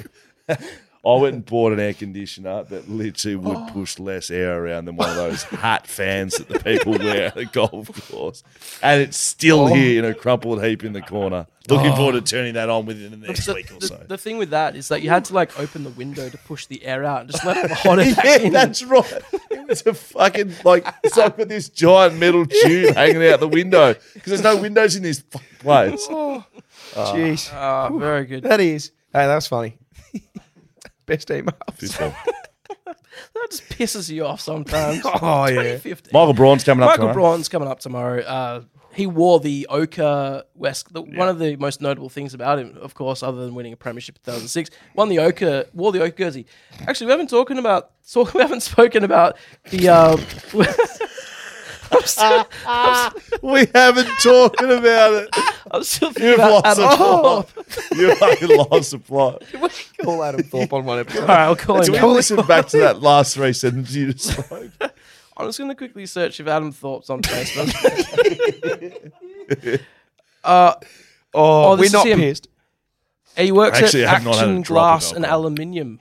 Like, I went and bought an air conditioner that literally would push less air around than one of those hat fans that the people wear at the golf course. And it's still here in a crumpled heap in the corner. Looking forward to turning that on within the next
the,
week or
the-
so.
the thing with that is that you had to like open the window to push the air out and just let the hot air back
yeah,
in.
that's right. It was a fucking like it's like with this giant metal tube hanging out the window because there's no windows in this fucking place.
Jeez.
Ah, very good.
that is. Hey, that was funny. Best email.
Football.
That just pisses you off sometimes.
Oh, yeah.
2015.
Michael Braun's coming up.
Michael
tomorrow.
Braun's coming up tomorrow. Uh, he wore the ochre West. The, One of the most notable things about him, of course, other than winning a premiership in 2006, won the ochre, wore the ochre jersey. Actually, we haven't talking about. So we haven't spoken about the. Uh, I'm, still,
We haven't talking about it.
I'm still thinking
You've
about
lost the
Adam
plot.
Thorpe.
You fucking lost the plot.
Call Adam Thorpe on one episode.
All right, I'll call
Do
him.
we listen back to that last three sentences you just spoke?
I'm just going to quickly search if Adam Thorpe's on Facebook. uh,
Oh,
Oh, this
we're
is
not
him.
pissed.
he works
Actually, I
at
have not had a
Action
drop of
Glass and
alcohol.
Aluminium.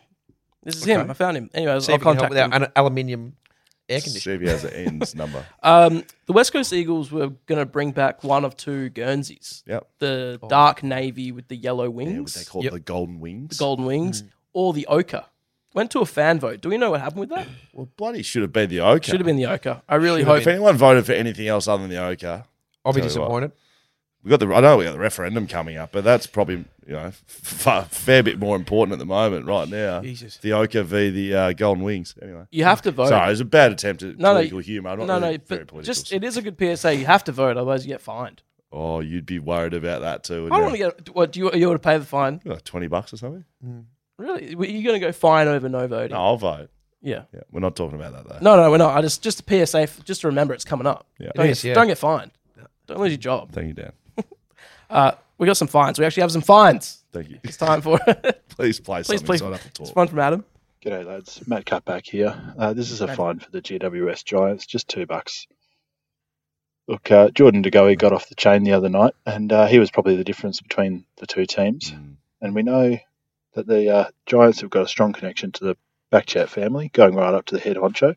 This is him. I found him. Anyways,
See
I'll
if you can
contact
help with
him.
that an aluminium air conditioner.
Stevie has an ends number.
Um, the West Coast Eagles were going to bring back one of two Guernseys.
Yep.
The dark navy with the yellow
Yeah,
wings,
what they call it, the golden wings.
golden wings, or the ochre. Went to a fan vote. Do we know what happened with that?
well, bloody should have been the ochre.
Should have been the ochre. I really
If
hope.
anyone voted for anything else other than the ochre,
I'll
Tell
be
you what.
disappointed.
we got the. I know we got the referendum coming up, but that's probably you know f- a fair bit more important at the moment right now.
Jesus.
The ochre v the uh, golden wings. Anyway,
You have to vote.
sorry, it was a bad attempt at
No, no,
political humour. I'm not
no,
really
no,
very
but
political.
just it is a good PSA. You have to vote, otherwise you get fined.
oh, you'd be worried about that too.
I don't want to get. What do you? You want to pay the fine?
get twenty bucks or something.
Really? You're going to go fine over no voting?
No, I'll vote.
Yeah.
Yeah, we're not talking about that though.
No, no, we're not. I just just a PSA. f- Just to remember, it's coming up.
Yeah.
Don't,
It is,
get,
yeah.
don't get fined. Don't lose your job.
Thank you, Dan.
Uh, we got some fines. We actually have some fines.
Thank you.
It's time for it.
Please play
please,
something.
please.
so I don't have to
It's
talk.
one from Adam.
G'day, lads. Matt Cutback here. Uh, this is a fine for the GWS Giants, just two bucks. Look, uh, Jordan DeGoey got off the chain the other night, and uh, he was probably the difference between the two teams. And we know that the uh, Giants have got a strong connection to the Backchat family, going right up to the head honcho.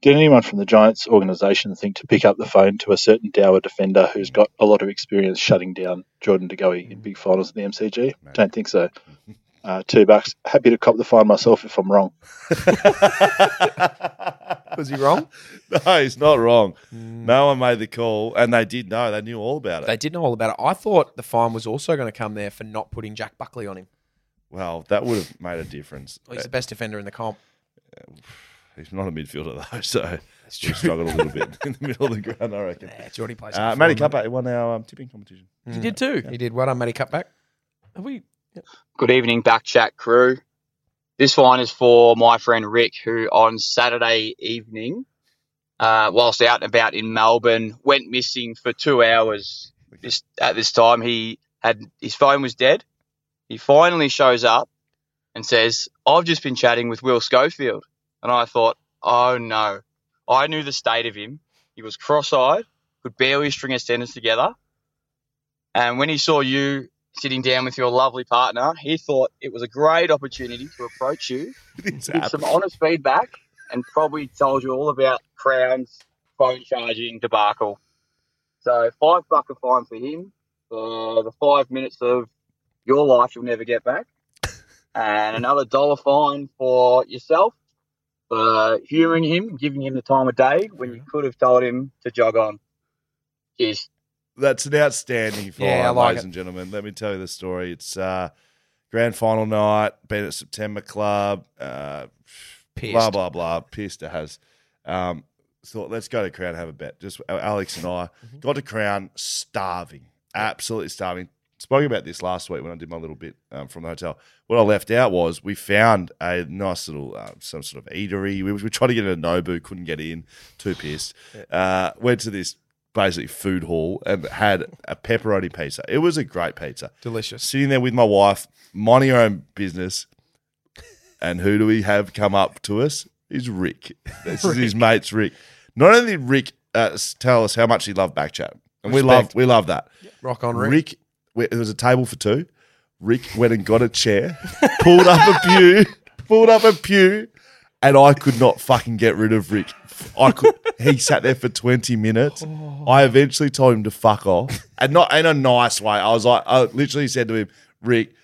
Did anyone from the Giants organisation think to pick up the phone to a certain dour defender who's got a lot of experience shutting down Jordan DeGoey in big finals at the MCG? Don't think so. Uh, two bucks. Happy to cop the fine myself if I'm wrong.
Was he wrong?
No, he's not wrong.
Mm.
No one made the call, and they did know. They knew all about it.
they did know all about it. I thought the fine was also going to come there for not putting Jack Buckley on him.
well, that would have made a difference. Uh,
Well, he's the best defender in the comp.
He's not a midfielder though, so he struggled a little bit in the middle of the ground, I reckon.
Yeah, Geordie plays.
Uh,
good
Matty
fine,
Cuppa won our um, tipping competition.
You did too.
mate. He did. Well done, Matty Cutback.
Have we?
Good evening, Backchat crew. This fine is for my friend Rick, who on Saturday evening, uh, whilst out and about in Melbourne, went missing for two hours. This, at this time, he had his phone was dead. He finally shows up and says, "I've just been chatting with Will Schofield," and I thought, "Oh no!" I knew the state of him. He was cross-eyed, could barely string a sentence together. And when he saw you sitting down with your lovely partner, he thought it was a great opportunity to approach you, give some honest feedback, and probably told you all about Crown's phone charging debacle. So five buck a fine for him for the five minutes of your life you'll never get back, and another dollar fine for yourself for humouring him, giving him the time of day when
Mm-hmm.
you could have told him to jog on. Cheers.
That's an outstanding find,
Yeah, I like
ladies
it.
and gentlemen. Let me tell you the story. It's uh, Grand final night, been at September Club, uh, blah,
Pissed.
blah, blah. Pissed has. Um, thought, let's go to Crown and have a bet. Just uh, Alex and I
Mm-hmm.
got to Crown starving, absolutely starving. Spoke about this last week when I did my little bit um, from the hotel. What I left out was we found a nice little, uh, some sort of eatery. We, we tried to get in a Nobu, couldn't get in, too pissed. Uh, went to this basically food hall and had a pepperoni pizza. It was a great pizza.
Delicious.
Sitting there with my wife, minding her own business. And who do we have come up to us? Is Rick. This is his mate's Rick. Not only did Rick uh, s- tell us how much he loved Backchat, and we
Respect.
love we love that.
Rock on, Rick.
Rick, we- there was a table for two. Rick went and got a chair, pulled up a pew, pulled up a pew, and I could not fucking get rid of Rick. I could. he sat there for twenty minutes. I eventually told him to fuck off, and not in a nice way. I was like, I literally said to him, Rick.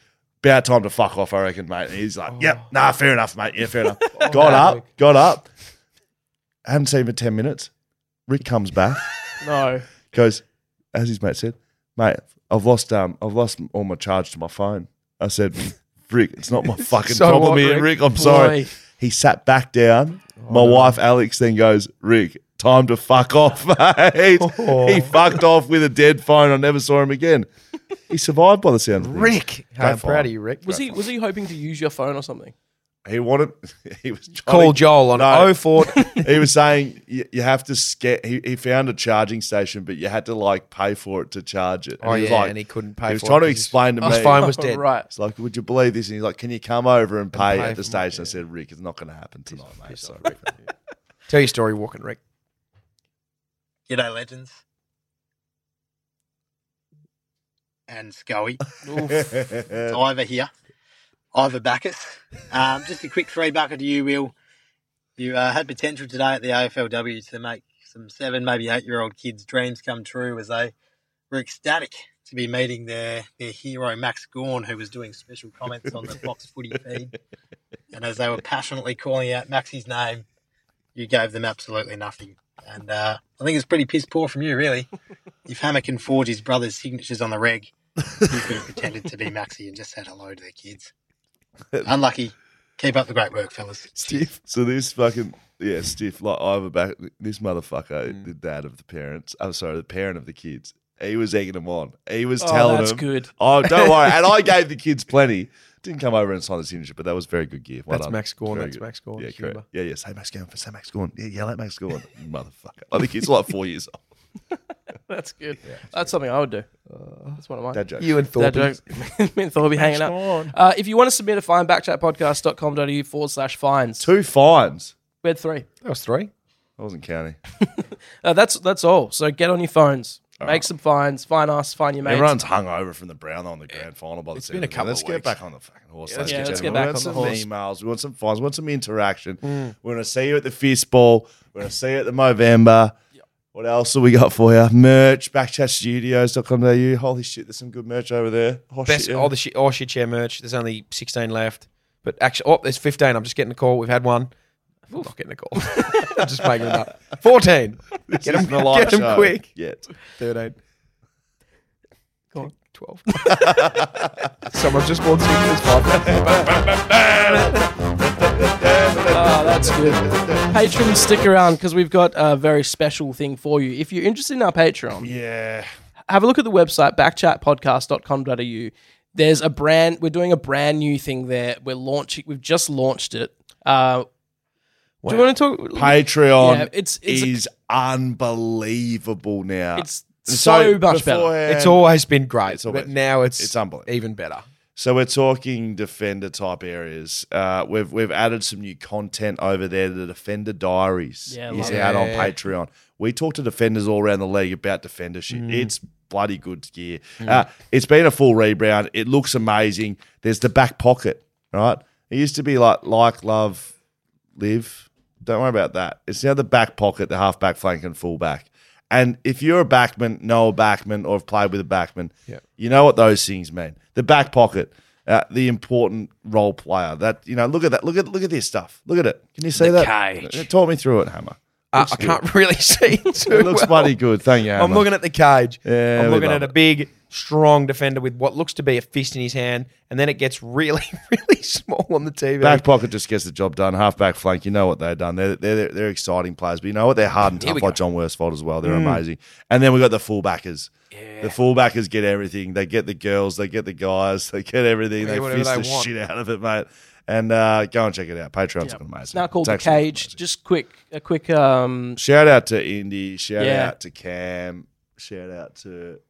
About time to fuck off, I reckon, mate. And he's like,
Oh.
"Yep, nah, fair enough, mate. Yeah, fair enough." Got up, got up. I hadn't seen him for ten minutes. Rick comes back
No.
goes, as his mate said, mate, I've lost um, I've lost all my charge to my phone. I said, Rick, it's not my fucking
So
problem
what,
here,
Rick? Oh,
Rick. I'm sorry.
Boy.
He sat back down. my wife Alex then goes, Rick, time to fuck off, mate.
Oh.
He fucked off with a dead phone. I never saw him again. He survived by the sound of things.
Rick.
Go
I'm
for
proud
it.
of you, Rick.
Was he was he hoping to use your phone or something?
He wanted. He was trying
Call
to-
Joel on
No.
04.
he was saying you, you have to scare. He, he found a charging station, but you had to like pay for it to charge it.
Oh,
he was
yeah,
like-
and he couldn't pay
He was
for it
trying to
'cause his-
explain to me.
his phone was dead.
Right.
It's like, would you believe this? And he's like, can you come over and pay,
pay
at the
for my-
station? I said, Rick, it's not going to happen tonight, mate. So, Rick,
Tell your story walking, Rick.
G'day, legends. And Scully. It's Ivor here. Ivor Backus. Um, just a quick three bucket to you, Will. You uh, had potential today at the AFLW to make some seven, maybe eight year old kids' dreams come true as they were ecstatic to be meeting their, their hero, Max Gorn, who was doing special comments on the Fox footy feed. And as they were passionately calling out Max's name, you gave them absolutely nothing. And uh, I think it's pretty piss poor from you, really. If Hammer can forge his brother's signatures on the reg, you could have pretended to be Maxi and just said hello to their kids. Unlucky. Keep up the great work, fellas.
stiff. So this fucking yeah, stiff. Like Ivor back. This motherfucker,
Mm.
the dad of the parents. I'm sorry, the parent of the kids. He was egging them on. He was
Oh,
telling
that's
them,
good.
Oh, don't worry. And I gave the kids plenty. Didn't come over and sign the signature, but that was very good gear. Well
That's
done.
Max Gorn,
Very
that's Max Gorn,
Yeah,
humour.
correct. Yeah, yeah. Say Max Gorn for say Max Gorn. Yeah, yell at Max Gorn. Motherfucker. I think he's like four years old.
That's good. That's something I would do. That's one of mine.
Dad joke.
You and
Dad
Thorpe.
joke. Me and Thorby hanging out. Uh, if you want to submit a fine, backchatpodcast.com.au forward slash fines.
Two fines.
We had three.
That was three.
I wasn't counting.
Uh, that's that's all. So get on your phones. Make some fines. Fine us. Fine your mates.
Everyone's hung over from the brown on the grand final by the
been
sound
a
of it.
couple
Let's
of
get
weeks.
back on the fucking horse. ladies
let's get-
and
let's get
gentlemen.
back on the
We
horse.
want some emails. We want some fines. We want some interaction. We're going to see you at the fist ball. We're going to see you at the Movember. What else have we got for you? Merch, backchatstudios.com.au. Holy shit, there's some good merch over there. Oh,
Best
shit, yeah.
all the shit, all shit chair merch. There's only 16 left, but actually, oh, there's 15. I'm just getting a call. We've had one. I'm not getting a call. I'm just making it up. 14.
This
Get 'em-
isn't a live
get 'em
show
quick.
Yet.
13. Go on. 12. Someone just wants to this Ah,
Oh, that's good. Patrons, stick around because we've got a very special thing for you. If you're interested in our Patreon,
Yeah.
have a look at the website backchatpodcast.com.au. There's a brand. We're doing a brand new thing there. We're launching. We've just launched it. Uh, Do you want to talk?
Patreon
Yeah, it's- it's a-
is unbelievable now.
It's so much better.
beforehand-
It's always been great,
Um, It's
but
always-
now it's,
it's unbelievable.
even better.
So we're talking defender type areas. Uh, we've we've added some new content over there. The defender diaries
Yeah,
is
love it.
out on
Yeah.
Patreon. We talk to defenders all around the league about defender shit.
Mm.
It's bloody good gear. Uh, it's been a full rebound. It looks amazing. There's the back pocket, right? It used to be like like love live. Don't worry about that. It's now the back pocket, the half back flank, and full back. And if you're a backman, know a backman, or have played with a backman,
Yep.
you know what those things mean. The back pocket, uh, the important role player. That you know, look at that. Look at look at this stuff. Look at it. Can you see that? Cage. Uh, Talk me through it, Hammer.
Uh,
Looks
I can't
good.
really see. Too
It looks
well.
bloody good. Thank you.
I'm
Hammer.
looking at the cage.
Yeah,
I'm
we
looking
love
at a big, strong defender with what looks to be a fist in his hand, and then it gets really, really small on the TV.
Back pocket just gets the job done. Half back flank, you know what they've done. They're, they're, they're exciting players, but you know what? They're hard and
Here we
tough like John Worsfold as well. They're
Mm.
amazing. And then we've got the fullbackers. The fullbackers get everything. They get the girls, they get the guys, they get everything.
They
They,
get whatever
fist
they
the
want.
shit out of it, mate. And uh, go and check it out. Patreon's has amazing.
It's now called
It's
the
actually-
cage. Just quick, a quick. Um,
Shout out to Indy. Shout
Yeah.
out to Cam. Shout out to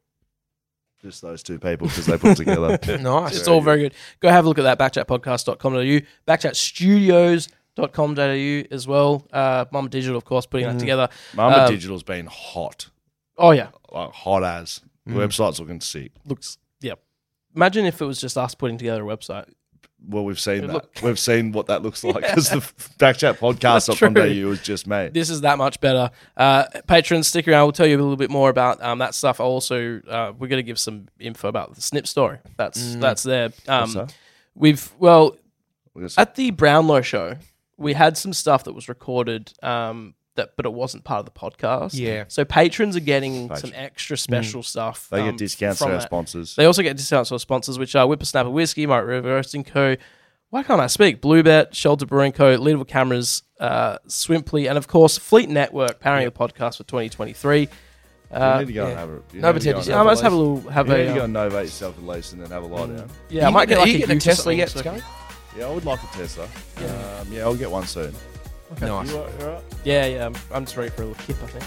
just those two people because they put it together.
It's all very good. Go have a look at that, backchatpodcast.com.au, backchatstudios.com.au as well. Uh, Mama Digital, of course, putting that
Mm.
together.
Mama
Um,
Digital's been hot.
Oh, yeah.
Like hot as. The
Mm.
website's looking sick.
Looks, yeah. Imagine if it was just us putting together a website.
Well, we've seen
It
that.
look-
we've seen what that looks like because
Yeah.
the backchatpodcast.com.au
True.
was just made.
This is that much better. Uh, patrons, stick around. We'll tell you a little bit more about um, that stuff. Also, uh, we're going to give some info about the Snip story. That's
Mm.
that's there.
What's
Um,
that?
we've well
What's
at the Brownlow show, we had some stuff that was recorded. Um, that, but it wasn't part of the podcast.
Yeah. Mm.
So patrons are getting some
Patrons.
extra special stuff.
They get
um,
discounts
from
to our
that.
sponsors.
They also get discounts to our sponsors, which are Whippersnapper Whiskey, Mark River Roasting Co. Why can't I speak? Bluebet, Shelter Brewing Co., Leadable Cameras, uh, Swimply, and of course Fleet Network, powering the podcast for 2023. Uh,
you need to go
yeah.
and have a you
No,
need
but
to go
yeah,
and
I
have
must have a
leaf.
little Mm. have
you
a.
need to
um,
go and novate yourself at least and then have a lie down.
Yeah, I might get like a
getting a
Goose or
Tesla
something,
yet,
so-
Scotty?
Yeah, I would like a Tesla. Yeah, um, yeah I'll get one soon.
Nice.
You all right?
Yeah, yeah. I'm, I'm just ready for a little kip, I think.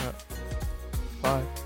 All right. Bye.